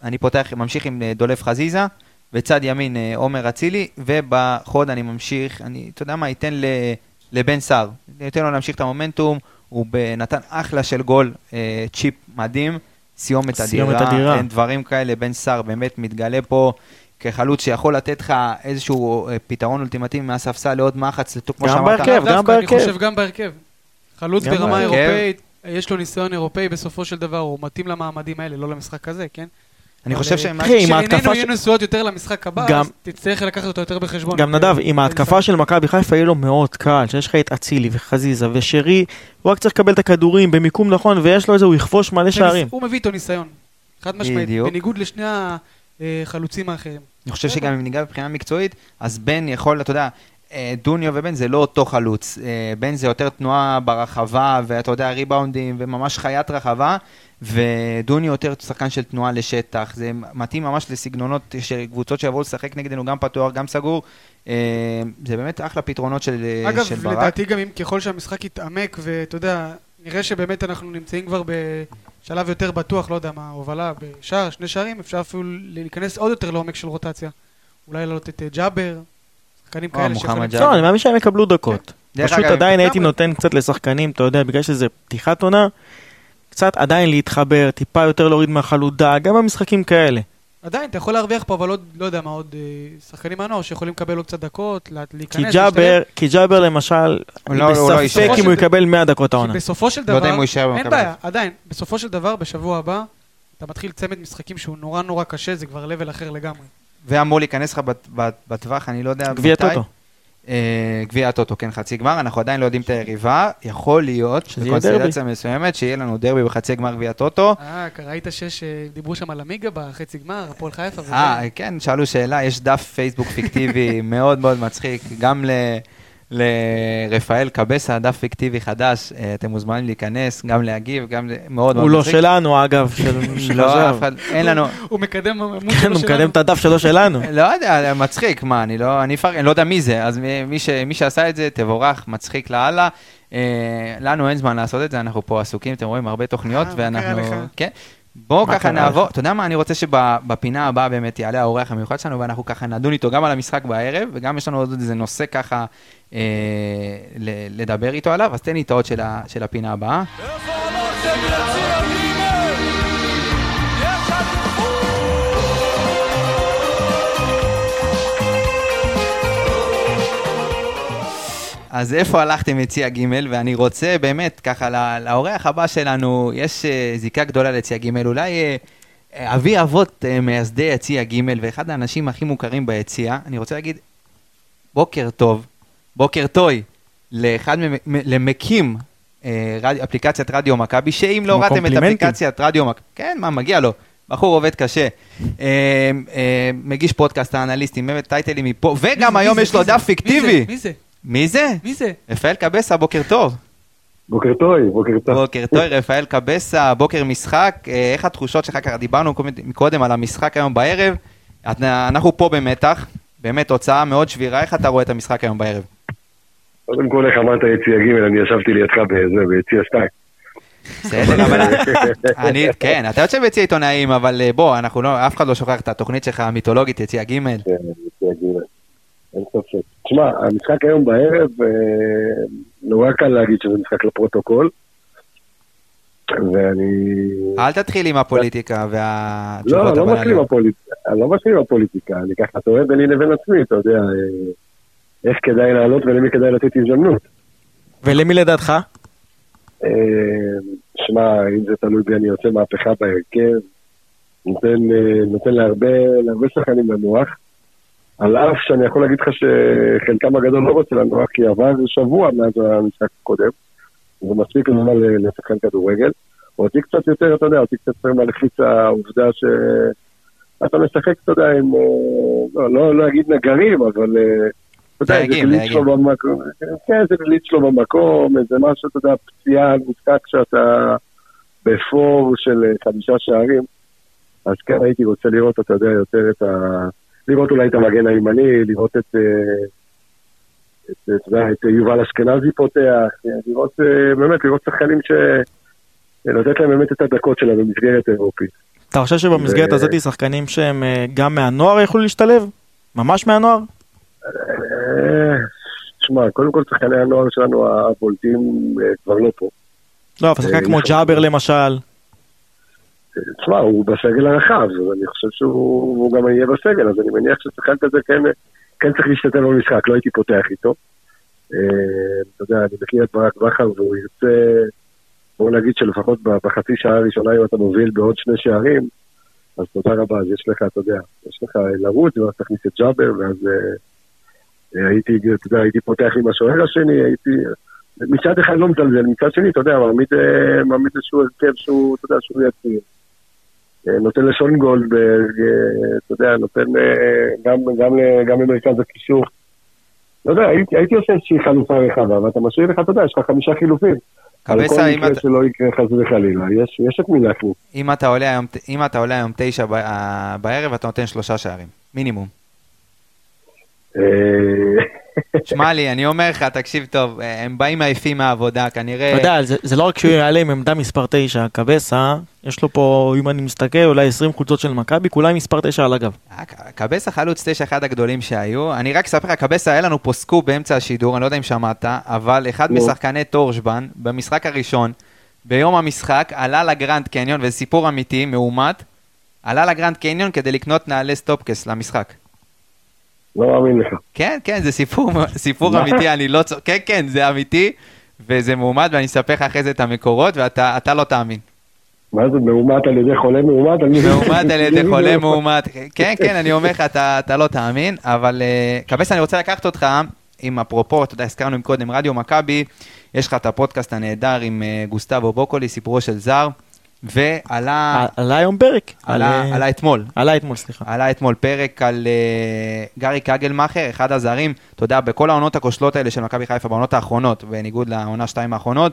Speaker 1: אני פותח, ממשיך עם אה, דולף חזיזה, בצד ימין אה, עומר אצילי, ובחוד אני ממשיך, אני, אתה יודע מה, אתן ל, לבן סער, אתן לו להמשיך את המומנטום, הוא ב- נתן אחלה של גול, אה, צ'יפ מדהים, סיומת
Speaker 3: סיומת
Speaker 1: אדירה,
Speaker 3: אדירה.
Speaker 1: אין כן, דברים כאלה, בן סער באמת מתגלה פה. כחלוץ שיכול לתת לך איזשהו אה, פתרון אולטימטיבי מהספסל לעוד מחץ, כמו
Speaker 3: גם
Speaker 1: שאמרת.
Speaker 3: בהרכב.
Speaker 2: דווקא,
Speaker 3: כן, גם בהרכב.
Speaker 2: אני חושב גם בהרכב. חלוץ
Speaker 3: גם
Speaker 2: ברמה
Speaker 1: בהרכב.
Speaker 2: אירופאית, יש לו ניסיון אירופאי בסופו של דבר, הוא מתאים למעמדים האלה, לא למשחק הזה, כן?
Speaker 1: אני חושב
Speaker 2: אבל,
Speaker 1: שהם...
Speaker 3: אה, אחי, עם
Speaker 2: כשעינינו
Speaker 3: ההתקפה
Speaker 2: יהיו
Speaker 3: של-
Speaker 2: נשואות יותר למשחק הבא,
Speaker 3: גם-
Speaker 2: אז תצטרך לקחת אותו יותר בחשבון. אה,
Speaker 3: גם נדב,
Speaker 2: כן,
Speaker 3: עם ההתקפה
Speaker 2: בנוסף.
Speaker 3: של מכבי חיפה יהיה לו מאוד קל, שיש לך את אצילי וחזיזה ושרי, הוא רק צריך לקבל את הכדורים במיקום נכון, ויש לו איזה, הוא יכבוש מלא שערים.
Speaker 2: הוא מביא איתו ניסיון. חד משמעית.
Speaker 1: בדיוק.
Speaker 2: בניגוד לשני החלוצים האחרים.
Speaker 1: אני חושב שגם אם ניגע מבחינה מקצועית, אז בן יכול, אתה יודע, אה, דוניו ובן זה לא אותו חלוץ. אה, בן זה יותר תנועה ברחבה, ואתה יודע, ריבאונדים, וממש חיית רחבה, ודוני יותר שחקן של תנועה לשטח, זה מתאים ממש לסגנונות של קבוצות שיבואו לשחק נגדנו, גם פתוח, גם סגור. אה, זה באמת אחלה פתרונות של, אה, של
Speaker 2: אגב,
Speaker 1: ברק.
Speaker 2: לדעתי גם אם ככל שהמשחק יתעמק, ואתה יודע, נראה שבאמת אנחנו נמצאים כבר בשלב יותר בטוח, לא יודע מה, הובלה בשער, שני שערים, אפשר אפילו להיכנס עוד יותר לעומק של רוטציה. אולי להעלות את אה, ג'אבר, שחקנים
Speaker 1: או,
Speaker 2: כאלה
Speaker 1: מוחמד
Speaker 2: שיכולים...
Speaker 1: ג'אבר.
Speaker 3: לא, אני מאמין שהם יקבלו דקות.
Speaker 1: דרך
Speaker 3: פשוט
Speaker 1: אגב,
Speaker 3: עדיין הייתי
Speaker 2: גם-
Speaker 3: נותן קצת לשחקנים, אתה יודע, בגלל שזה פתיחת עונה, קצת עדיין להתחבר, טיפה יותר להוריד מהחלודה, גם במשחקים כאלה.
Speaker 2: עדיין, אתה יכול להרוויח פה, אבל עוד, לא יודע מה, עוד אה, שחקנים מהנוער שיכולים לקבל עוד קצת דקות, לה-
Speaker 3: כי
Speaker 2: להיכנס...
Speaker 3: ג'אבר, כי ג'אבר למשל,
Speaker 1: הוא לא- הוא לא
Speaker 3: אני בספק
Speaker 1: יישאר.
Speaker 3: אם הוא יקבל 100 דקות
Speaker 2: להשתלב.
Speaker 3: העונה.
Speaker 2: כי בסופו של דבר...
Speaker 1: לא יודע אם הוא יישאר במכבי
Speaker 2: אין בעיה, עדיין, בסופו של דבר, בשבוע הבא, אתה מתחיל צמד משחקים שהוא נורא נורא קשה, זה כבר לבל אחר לגמרי.
Speaker 1: ואמור להיכנס לך בת- בת- בטווח, אני לא יודע
Speaker 3: גביע
Speaker 1: מתי.
Speaker 3: טוטו.
Speaker 1: אה, גביע הטוטו, כן, חצי גמר, אנחנו עדיין לא יודעים את היריבה, יכול להיות,
Speaker 3: שזה יהיה
Speaker 1: בקונסטלציה מסוימת, שיהיה לנו דרבי בחצי גמר גביע הטוטו.
Speaker 2: אה, ראית שיש, אה, דיברו שם על עמיגה בחצי גמר, הפועל חיפה. וזה.
Speaker 1: אה, כן, שאלו שאלה, יש דף פייסבוק פיקטיבי מאוד מאוד מצחיק, גם ל- לרפאל קבסה, דף פיקטיבי חדש, אה, אתם מוזמנים להיכנס, גם להגיב, גם ל- מאוד
Speaker 3: הוא
Speaker 1: מאוד
Speaker 3: לא
Speaker 1: מצחיק.
Speaker 3: שלנו אגב, של- של
Speaker 1: לא,
Speaker 3: עזב.
Speaker 1: אף אחד, אין לנו,
Speaker 2: הוא מקדם עמוד
Speaker 3: כן, הוא מקדם את הדף שלו שלנו.
Speaker 1: לא יודע, מצחיק, מה, אני לא, אני אפר... אני לא יודע מי זה, אז מי- מי, ש... מי שעשה את זה, תבורך, מצחיק לאללה. אה, לנו אין זמן לעשות את זה, אנחנו פה עסוקים, אתם רואים, הרבה תוכניות,
Speaker 2: אה, מה
Speaker 1: ואנחנו...
Speaker 2: קרה לך?
Speaker 1: כן. בואו
Speaker 3: אוקיי, מה
Speaker 1: ככה
Speaker 3: קרה
Speaker 1: נעבור, אתה יודע מה, אני רוצה שבפינה הבאה באמת יעלה האורח המיוחד שלנו, ואנחנו ככה נדון איתו גם על המשחק בערב, וגם יש לנו עוד איזה נושא ככה אה, ל- לדבר איתו עליו, אז תן לי את האות של, ה- של הפינה הבאה. אז איפה הלכתם יציע ג' ואני רוצה באמת, ככה, ל- לאורח הבא שלנו, יש אה, זיקה גדולה ליציע ג', אולי אה, אה, אבי אבות אה, מייסדי יציע ג' ואחד האנשים הכי מוכרים ביציע, אני רוצה להגיד, בוקר טוב, בוקר טוי, לאחד ממ- מ- למקים אה, רד- אפליקציית רדיו מכבי, שאם לא
Speaker 3: כמו
Speaker 1: הורדתם את
Speaker 3: קומפלימנטים.
Speaker 1: אפליקציית רדיו מכבי, כן, מה, מגיע לו. בחור עובד קשה, אה, אה, מגיש פודקאסט האנליסטים, באמת טייטלים מפה, וגם היום יש לו דף פיקטיבי. כן,
Speaker 2: מי זה?
Speaker 1: מי זה?
Speaker 2: מי זה?
Speaker 1: רפאל קבסה, בוקר טוב.
Speaker 6: בוקר טוב, בוקר טוב.
Speaker 1: בוקר טוב, רפאל קבסה, בוקר משחק. אה, איך התחושות שלך ככה? דיברנו קודם- מקודם על המשחק היום בערב. את- אנחנו פה במתח, באמת הוצאה מאוד שבירה. איך אתה רואה את המשחק היום בערב?
Speaker 6: קודם כל, איך אמרת יציע ג', אני ישבתי לידך בזה, ביציע שתיים.
Speaker 1: בסדר, אבל... אני, כן, אתה יוצא ביציע עיתונאים, אבל אה, בוא, אנחנו לא, אף אחד לא שוכח את התוכנית שלך המיתולוגית, יציע ג'.
Speaker 6: כן, יציע ג'. אין ספק. תשמע, המשחק היום בערב, אה, נורא קל להגיד שזה משחק לפרוטוקול, ואני...
Speaker 1: אל תתחיל עם הפוליטיקה והתשובות
Speaker 6: לא, לא
Speaker 1: הבנאליות.
Speaker 6: משלים הפוליטיקה, אה, אני לא משלים הפוליטיקה, אני ככה טועה ביני לבין עצמי, אתה יודע, אה, איך כדאי לעלות ולמי כדאי לתת הזדמנות.
Speaker 3: ולמי לדעתך?
Speaker 6: אה, שמע, אם זה תלוי בי, אני עושה מהפכה בהרכב, נותן, אה, נותן להרבה, להרבה שחקנים לנוח, על אף שאני יכול להגיד לך שחלקם הגדול לא רוצה לנוח, כי עבר שבוע מאז המשחק הקודם, ומספיק למה ל- לשחקן כדורגל. אותי קצת יותר, אתה יודע, אותי קצת יותר מלחיץ העובדה ש... אתה משחק, אתה יודע, עם... אה, לא, לא, לא אגיד נגרים, אבל... אה, אתה יודע, איזה
Speaker 1: דייגים,
Speaker 6: גליץ' לא במקום, כן, איזה גליץ' לא במקום, איזה משהו, אתה יודע, פציעה, משחק שאתה בפור של אה, חמישה שערים, אז כן הייתי רוצה לראות, אתה יודע, יותר את ה... לראות אולי את המגן הימני, לראות את... אה, את, אתה יודע, את יובל אשכנזי פותח, לראות, אה, באמת, לראות שחקנים ש... לתת להם באמת את הדקות שלהם במסגרת אירופית.
Speaker 3: אתה חושב שבמסגרת
Speaker 6: ו-
Speaker 3: הזאת שחקנים שהם אה, גם מהנוער יכולו להשתלב? ממש מהנוער?
Speaker 6: אה, תשמע, קודם כל שחקני הנוער שלנו הבולטים אה, כבר לא פה.
Speaker 3: לא, אבל שחקן
Speaker 6: אה,
Speaker 3: כמו
Speaker 6: יש-
Speaker 3: ג'אבר למשל,
Speaker 6: תשמע, הוא בסגל הרחב, אז אני חושב שהוא הוא גם יהיה בסגל, אז אני מניח ששחקן כזה כן, כן צריך להשתתף במשחק, לא הייתי פותח איתו. אה, אתה יודע, אני מכיר את ברק בכר והוא ירצה, בוא נגיד שלפחות ב- בחצי שעה הראשונה, אם אתה מוביל בעוד שני שערים, אז תודה רבה, אז יש לך, אתה יודע, יש לך לרוץ, ואז תכניס את ג'אבר, ואז אה, אה, הייתי, אתה יודע, הייתי פותח עם השוער השני, הייתי... מצד אחד לא מזלזל, מצד שני, אתה יודע, מעמיד, אה, מעמיד איזשהו הרכב שהוא, אתה יודע, שהוא יציב. אה, נותן לשון גולדברג, אה, אתה יודע, נותן אה, גם, גם, ל- גם למרכז הקישור. לא יודע, הייתי, הייתי עושה איזושהי חלופה רחבה, ואתה משאיר לך, אתה יודע, יש לך חמישה חילופים. על כל
Speaker 1: קבסה, אם
Speaker 6: מקרה
Speaker 1: אתה-
Speaker 6: שלא יקרה חס וחלילה, יש- יש את מי להכניס.
Speaker 1: אם אתה עולה היום- אם אתה עולה היום תשע ב- אה, בערב, אתה נותן שלושה שערים, מינימום.
Speaker 6: אה,
Speaker 1: שמע לי, אני אומר לך, תקשיב טוב, אה, הם באים עייפים מהעבודה, כנראה...
Speaker 3: אתה יודע, זה- זה לא רק שהוא יעלה עם עמדה מספר 9, קבסה, יש לו פה, אם אני מסתכל, אולי 20 חולצות של מכבי, כולה מספר 9 על הגב.
Speaker 1: אה, ק- קבסה חלוץ 9 אחד הגדולים שהיו. אני רק אספר לך, קבסה היה לנו פה סקופ באמצע השידור, אני לא יודע אם שמעת, אבל אחד
Speaker 6: לא.
Speaker 1: משחקני תורשבן, במשחק הראשון, ביום המשחק, עלה לגרנד קניון, וזה סיפור אמיתי, מאומת, עלה לגרנד קניון כדי לקנות נעלי סטופקס למשחק.
Speaker 6: לא מאמין לך.
Speaker 1: כן, כן, זה סיפור, סיפור
Speaker 6: מה?
Speaker 1: אמיתי, אני לא צ... כן, כן, זה אמיתי, וזה מאומת, ואני אספר לך אחרי זה את המקורות, ואתה אתה לא תאמין.
Speaker 6: מה זה, מאומת על ידי חולה מאומת? על מי-
Speaker 1: מאומת על ידי חולה מאומת. כן, כן, אני אומר לך, אתה אתה לא תאמין, אבל אה, קבס, אני רוצה לקחת אותך, עם אפרופו, אתה יודע, הזכרנו עם קודם, רדיו מכבי, יש לך את הפודקאסט הנהדר עם אה, גוסטבו בוקולי, סיפורו של זר, ועלה
Speaker 3: עלה היום פרק.
Speaker 1: אה. עלה-
Speaker 3: על- אה,
Speaker 1: עלה אתמול,
Speaker 3: עלה אתמול, סליחה.
Speaker 1: עלה אתמול פרק על אה, גארי קגלמאכר, אחד הזרים, אתה יודע, בכל העונות הכושלות האלה של מכבי חיפה, בעונות האחרונות, בניגוד לעונה שתיים האחרונות,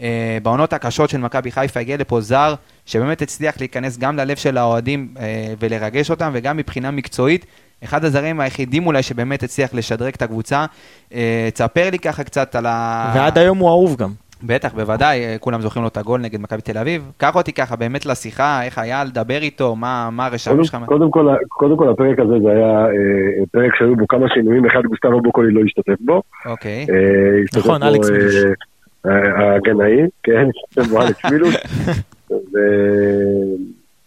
Speaker 1: אה, בעונות הקשות של מכבי חיפה הגיע לפה זר, שבאמת הצליח להיכנס גם ללב של האוהדים אה, ולרגש אותם, וגם מבחינה מקצועית, אחד הזרים היחידים אולי שבאמת הצליח לשדרג את הקבוצה. אה, תספר לי ככה קצת על ה...
Speaker 3: ועד היום הוא אהוב גם.
Speaker 1: בטח, בוודאי, אה, כולם זוכרים לו את הגול נגד מכבי תל אביב. קח אותי ככה באמת לשיחה, איך היה לדבר איתו, מה מה הרשמים שלך?
Speaker 6: קודם, קודם, כל, קודם כל הפרק הזה זה היה אה, פרק שהיו בו כמה שינויים, אחד גוסטבו בוקולי לא השתתף בו,
Speaker 1: אוקיי.
Speaker 6: אה, השתתף
Speaker 3: נכון,
Speaker 6: בו,
Speaker 3: אלכס
Speaker 6: אה,
Speaker 3: מילוש.
Speaker 6: אה, הגנאי, כן, השתתף בו אלכס מילוש, ו-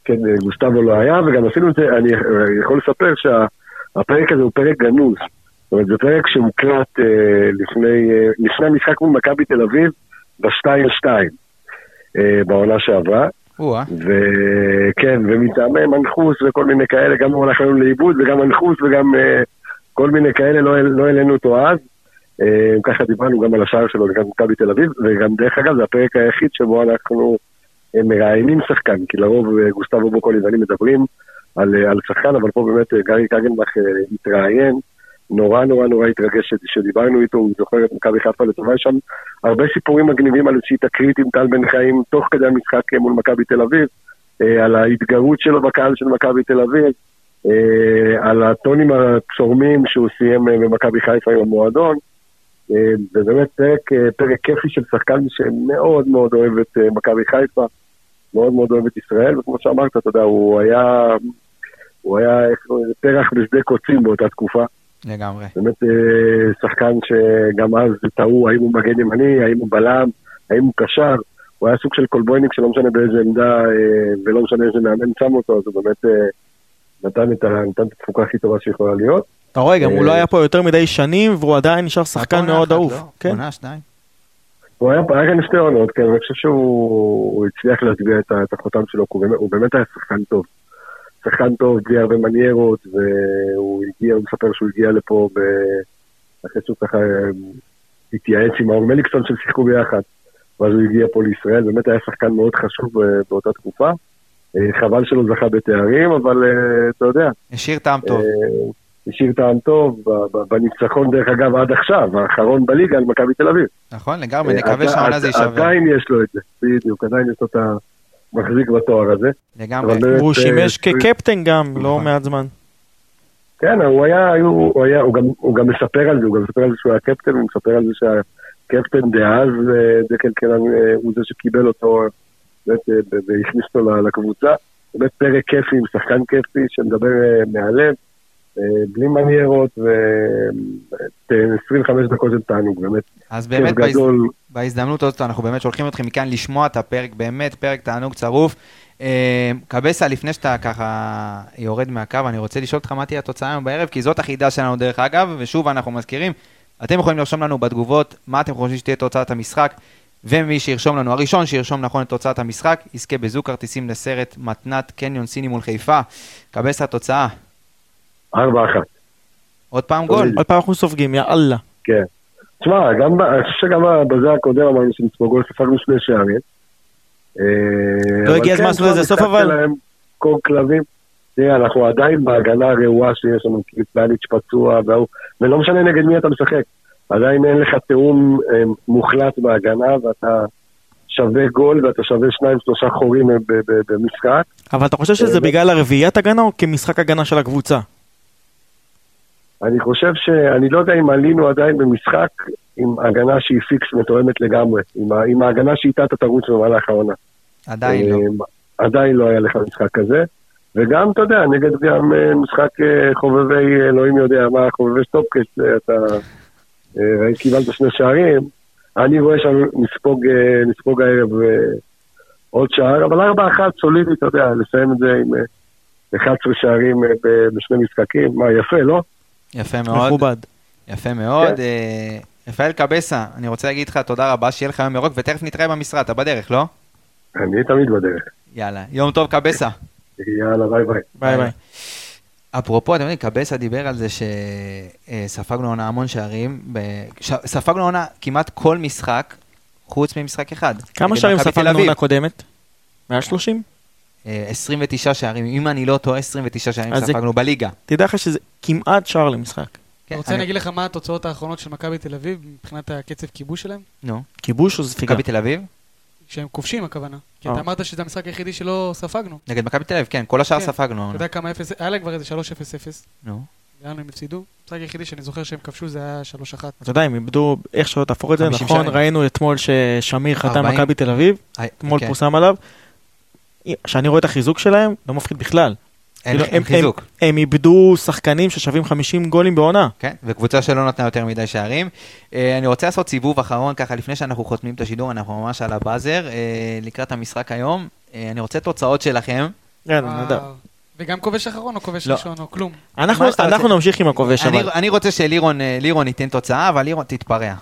Speaker 6: כן, אה, גוסטבו לא היה, וגם עשינו את זה, אני אה, יכול לספר שהפרק הזה הוא פרק גנוז, זאת אומרת זה פרק שהוקלט אה, לפני, אה, לפני המשחק מול מכבי תל אביב, ב-2-2, אה, בעונה שעברה.
Speaker 1: או-אה.
Speaker 6: וכן, ומטעמי מנחוס וכל מיני כאלה, גם הוא הלך לנו לאיבוד וגם מנחוס וגם אה, כל מיני כאלה, לא, לא העלינו אותו אז. אה, ככה דיברנו גם על השער שלו, גם מכבי תל אביב, וגם דרך אגב זה הפרק היחיד שבו אנחנו אה, מראיינים שחקן, כי לרוב אה, גוסטבו בוקולי ואני מדברים על, אה, על שחקן, אבל פה באמת אה, גארי קגנבך אה, התראיין, נורא נורא נורא התרגש ש- שדיברנו איתו, הוא זוכר את מכבי חיפה לטובה, יש שם הרבה סיפורים מגניבים על איזושהי תקרית עם טל בן חיים תוך כדי המשחק אה, מול מכבי תל אביב, אה, על ההתגרות שלו בקהל של מכבי תל אביב, אה, על הטונים הצורמים שהוא סיים אה, במכבי חיפה עם המועדון. אה, זה באמת פרק, אה, פרק כיפי של שחקן שמאוד מאוד אוהב את אה, מכבי חיפה, מאוד מאוד אוהב את ישראל, וכמו שאמרת, אתה יודע, הוא היה, הוא היה איך קוראים לזה, פרח בשדה קוצים באותה תקופה.
Speaker 1: לגמרי.
Speaker 6: באמת אה, שחקן שגם אז טעו האם הוא מגן ימני, האם הוא בלם, האם הוא קשר. הוא היה סוג של קולבויניק שלא משנה באיזה עמדה אה, ולא משנה איזה מאמן שם אותו, אז הוא באמת אה, נתן את ה- נתן את התפוקה הכי טובה שיכולה להיות.
Speaker 3: אתה רואה, גם הוא
Speaker 6: אה,
Speaker 3: לא היה פה יותר מדי שנים, והוא עדיין נשאר
Speaker 1: רק עונה
Speaker 3: שחקן מאוד
Speaker 1: נכון, אחת,
Speaker 3: אהוב.
Speaker 1: לא?
Speaker 3: כן.
Speaker 1: עונה, שניים.
Speaker 6: הוא היה פה, היה כאן שתי עונות, כן, ואני חושב שהוא הוא הצליח להטביע את, ה- את החותם שלו, כי הוא באמת- הוא באמת היה שחקן טוב. שחקן טוב, בלי הרבה מניירות, והוא הגיע, הוא מספר שהוא הגיע לפה ב... אחרי שהוא ככה אה, התייעץ עם אהרון מליקסון שהם שיחקו ביחד, ואז הוא הגיע פה לישראל, באמת היה שחקן מאוד חשוב אה, באותה תקופה. אה, חבל שלא זכה בתארים, אבל אה, אתה יודע,
Speaker 1: השאיר טעם טוב.
Speaker 6: אה, השאיר טעם טוב ב- ב- בניצחון, דרך אגב, עד עכשיו, האחרון בליגה על מכבי תל אביב.
Speaker 1: נכון, לגמרי, נקווה
Speaker 6: עדי-
Speaker 1: שהעונה זה
Speaker 6: עד-
Speaker 1: יישבר.
Speaker 6: אה, עדיין יש לו את זה, בדיוק, עדיין יש לו את המחזיק בתואר הזה.
Speaker 1: לגמרי.
Speaker 6: אבל באמת,
Speaker 3: והוא
Speaker 6: אה,
Speaker 3: שימש
Speaker 6: אה,
Speaker 3: כקפטן גם, לא
Speaker 1: נכון.
Speaker 3: מעט זמן.
Speaker 6: כן, הוא היה, היו- הוא היה, הוא גם- הוא גם מספר על זה, הוא גם מספר על זה שהוא היה קפטן, הוא מספר על זה שהקפטן דאז, אה, דקל קלן, אה, הוא זה שקיבל אותו, באמת, אה, ב- והכניס אותו ל- לקבוצה. באמת פרק כיפי עם שחקן כיפי שמדבר אה, מהלב, אה, בלי מניירות, אה, ו-25 דקות של תענוג, באמת,
Speaker 1: אז באמת
Speaker 6: כיף
Speaker 1: בהז-
Speaker 6: גדול.
Speaker 1: בהזדמנות הזאת אנחנו באמת שולחים אתכם מכאן לשמוע את הפרק, באמת פרק תענוג צרוף. אה, קבסה, לפני שאתה ככה יורד מהקו, אני רוצה לשאול אותך מה תהיה התוצאה היום בערב, כי זאת החידה שלנו דרך אגב, ושוב אנחנו מזכירים, אתם יכולים לרשום לנו בתגובות מה אתם חושבים שתהיה תוצאת המשחק, ומי שירשום לנו, הראשון שירשום נכון את תוצאת המשחק, יזכה בזוג כרטיסים לסרט מתנת קניון סיני מול חיפה. קבסה, תוצאה.
Speaker 6: 4-1.
Speaker 1: עוד פעם גול.
Speaker 3: עוד פעם אנחנו סופגים, יא אללה.
Speaker 6: כן. תשמע, גם ב- אני חושב שגם בזה הקודם אמרנו שנספוג גול, ספגנו שני שערים. אה,
Speaker 3: לא
Speaker 6: אבל
Speaker 3: הגיע הזמן
Speaker 6: כן,
Speaker 3: לעשות לזה
Speaker 6: כבר
Speaker 3: סוף, אבל?
Speaker 6: נתתי להם כל כלבים. תראה, אנחנו עדיין בהגנה הרעועה שיש לנו, כי פלניץ' פצוע, והוא- ולא משנה נגד מי אתה משחק. עדיין אין לך תיאום אה, מוחלט בהגנה, ואתה שווה גול ואתה שווה שניים שלושה חורים ב- ב- במשחק.
Speaker 3: אבל אתה חושב
Speaker 6: אה,
Speaker 3: שזה בגלל הרביעיית הגנה או כמשחק הגנה של הקבוצה?
Speaker 6: אני חושב שאני לא יודע אם עלינו עדיין במשחק עם הגנה שהיא פיקס מתואמת לגמרי, עם, ה- עם ההגנה שאיתה אתה תרוץ במהלך העונה.
Speaker 1: עדיין לא.
Speaker 6: אה, עדיין לא היה לך משחק כזה. וגם, אתה יודע, נגד גם אה, משחק אה, חובבי, אה, אלוהים יודע מה, חובבי סטופקס, אה, אתה אה, ראית, קיבלת שני שערים. אני רואה שאנחנו נספוג, אה, נספוג הערב אה, עוד שער, אבל ארבע אחת סולידי, אתה יודע, לסיים את זה עם אה, 11 שערים אה, ב- בשני משחקים, מה, יפה, לא?
Speaker 1: יפה מאוד.
Speaker 3: מכובד.
Speaker 1: יפה מאוד.
Speaker 6: כן.
Speaker 1: אה, רפאל קבסה, אני רוצה להגיד לך תודה רבה, שיהיה לך יום ירוק, ותכף נתראה במשרד, אתה בדרך, לא?
Speaker 6: אני תמיד בדרך.
Speaker 1: יאללה, יום טוב קבסה.
Speaker 6: יאללה, ביי ביי.
Speaker 3: ביי
Speaker 1: אה,
Speaker 3: ביי.
Speaker 1: אפרופו, אתם יודעים, קבסה דיבר על זה שספגנו עונה המון שערים, ב... ש... ספגנו עונה כמעט כל משחק, חוץ ממשחק אחד.
Speaker 3: כמה
Speaker 1: נגד
Speaker 3: שערים
Speaker 1: אה, מכבי תל
Speaker 3: ספגנו
Speaker 1: אביב.
Speaker 3: עונה קודמת? מעל 30?
Speaker 1: אה, 29 שערים, אם אני לא טועה, 29 שערים
Speaker 3: אז זה-
Speaker 1: ספגנו בליגה.
Speaker 3: תדע לך שזה כמעט שער למשחק.
Speaker 1: כן,
Speaker 2: אתה רוצה אני אגיד לך מה התוצאות האחרונות של מכבי תל אביב מבחינת הקצב כיבוש שלהם?
Speaker 1: נו,
Speaker 3: כיבוש או זפיגה?
Speaker 1: מכבי תל אביב?
Speaker 2: שהם כובשים הכוונה. כי
Speaker 3: אה.
Speaker 2: אתה אמרת שזה המשחק היחידי שלא ספגנו.
Speaker 1: נגד מכבי תל אביב, כן, כל השאר
Speaker 2: כן.
Speaker 1: ספגנו
Speaker 2: אתה
Speaker 1: העונה.
Speaker 2: יודע כמה אפס, היה להם כבר איזה 3-0-0,
Speaker 1: נו.
Speaker 2: לאן הם הפסידו? המשחק היחידי שאני זוכר שהם כבשו זה היה 3-1.
Speaker 3: אתה יודע, הם איבדו, איך שלא תהפוך את זה,
Speaker 1: 50
Speaker 3: נכון,
Speaker 1: שערים.
Speaker 3: ראינו אתמול ששמיר חתם
Speaker 1: 40.
Speaker 3: מכבי תל אביב,
Speaker 1: איי,
Speaker 3: אתמול
Speaker 1: כן.
Speaker 3: פורסם עליו. כשאני רואה את החיזוק שלהם, לא מפחיד בכלל.
Speaker 1: אין
Speaker 3: כאילו,
Speaker 1: אין
Speaker 3: הם-
Speaker 1: חיזוק.
Speaker 3: הם איבדו שחקנים ששווים 50 גולים בעונה.
Speaker 1: כן, וקבוצה שלא נתנה יותר מדי שערים. אה, אני רוצה לעשות סיבוב אחרון, ככה לפני שאנחנו חותמים את השידור, אנחנו ממש על הבאזר, אה, לקראת המשחק היום. אה, אני רוצה תוצאות שלכם.
Speaker 3: כן,
Speaker 1: אה,
Speaker 2: וואו.
Speaker 3: נדב.
Speaker 2: אה, וגם כובש אחרון או כובש
Speaker 1: לא.
Speaker 2: ראשון או כלום.
Speaker 3: אנחנו-
Speaker 1: מה שאתה
Speaker 3: אנחנו
Speaker 1: רוצה.
Speaker 3: נמשיך עם הכובש,
Speaker 1: אני-
Speaker 3: אבל
Speaker 1: אני רוצה שלירון אה, לירון ייתן תוצאה, אבל לירון תתפרע.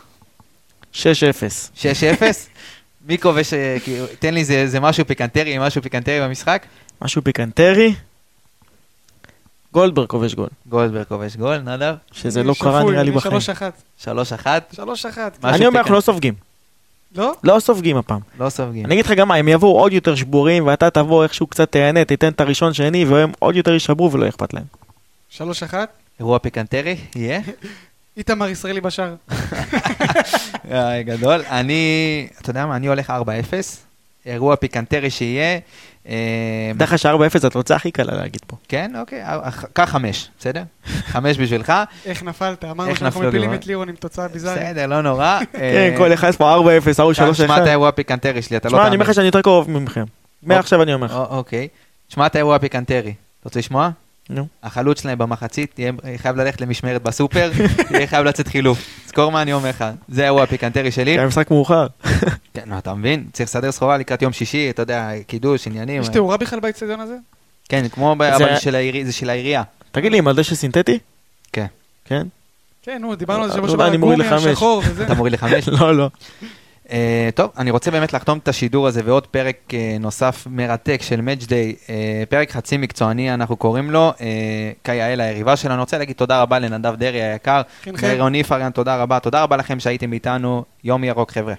Speaker 3: 6-0.
Speaker 1: 6-0? מי כובש, אה, כאילו, תן לי איזה איזה משהו פיקנטרי, משהו פיקנטרי במשחק.
Speaker 3: משהו פיקנטרי, גולדברג כובש גול.
Speaker 1: גולדברג כובש גול, נדב.
Speaker 3: שזה לא קרה נראה לי בחיים.
Speaker 1: 3-1,
Speaker 2: 3-1. 3-1.
Speaker 1: משהו
Speaker 3: אני אומר,
Speaker 1: פיקנטרי.
Speaker 3: אנחנו לא סופגים.
Speaker 2: לא?
Speaker 3: לא סופגים הפעם.
Speaker 1: לא סופגים.
Speaker 3: אני אגיד לך גם מה, הם יבואו עוד יותר שבורים, ואתה תבוא איכשהו קצת תהנה, תיתן את הראשון שני, והם עוד יותר יישברו ולא אכפת להם.
Speaker 2: 3-1.
Speaker 1: אירוע פיקנטרי, יהיה.
Speaker 2: איתמר ישראלי בשער.
Speaker 1: איי, אה, גדול. אני, אתה יודע מה, אני הולך 4-0. אירוע פיקנטרי שיהיה. אה,
Speaker 3: דע לך ש-4-0 זאת התוצאה הכי קלה להגיד פה.
Speaker 1: כן, אוקיי, אה, אה, קח חמש, בסדר? חמש בשבילך.
Speaker 2: איך נפלת? אמרנו
Speaker 1: איך
Speaker 2: שאנחנו
Speaker 1: נפלו
Speaker 2: מפילים
Speaker 1: גול?
Speaker 3: אה?
Speaker 2: את לירון עם תוצאה ביזארית.
Speaker 1: בסדר, לא נורא.
Speaker 3: כן, כל אחד יש פה 4-0, ההוא 3-1.
Speaker 1: שמע את האירוע הפיקנטרי שלי, אתה לא
Speaker 3: שמע,
Speaker 1: תאמין.
Speaker 3: אני אומר לך שאני יותר קרוב ממכם. מעכשיו אני אומר לך.
Speaker 1: א- אוקיי. שמע את האירוע הפיקנטרי. אתה רוצה לשמוע?
Speaker 3: נו.
Speaker 1: החלוץ שלהם במחצית, תהיה חייב ללכת למשמרת בסופר, יהיה חייב לצאת חילוף. זכור מה אני אומר לך, זה האירוע הפיקנטרי שלי.
Speaker 3: כי היה משחק מאוחר.
Speaker 1: כן, נו, אתה מבין? צריך לסדר סחורה לקראת יום שישי, אתה יודע, קידוש, עניינים.
Speaker 2: יש תאורה בכלל באצטדיון הזה?
Speaker 1: כן, כמו, ב-
Speaker 3: זה-
Speaker 1: אבל של העירי- זה של העירייה.
Speaker 3: תגיד לי, עם הדשא סינתטי?
Speaker 1: כן.
Speaker 3: כן?
Speaker 2: כן, נו, דיברנו על זה שבוע
Speaker 3: לא, לא,
Speaker 2: שעבר,
Speaker 3: אני מוריד
Speaker 2: הגומי
Speaker 3: לחמש.
Speaker 2: השחור וזה.
Speaker 1: אתה מוריד לחמש?
Speaker 3: לא, לא.
Speaker 1: אה, טוב, אני רוצה באמת לחתום את השידור הזה ועוד פרק אה, נוסף מרתק של Match Day, אה, פרק חצי מקצועני אנחנו קוראים לו, אה, כיאה היריבה שלנו. אני רוצה להגיד תודה רבה לנדב דרעי היקר,
Speaker 2: חן חן.
Speaker 1: לרוני פריאן תודה רבה, תודה רבה לכם שהייתם איתנו, יום ירוק חבר'ה.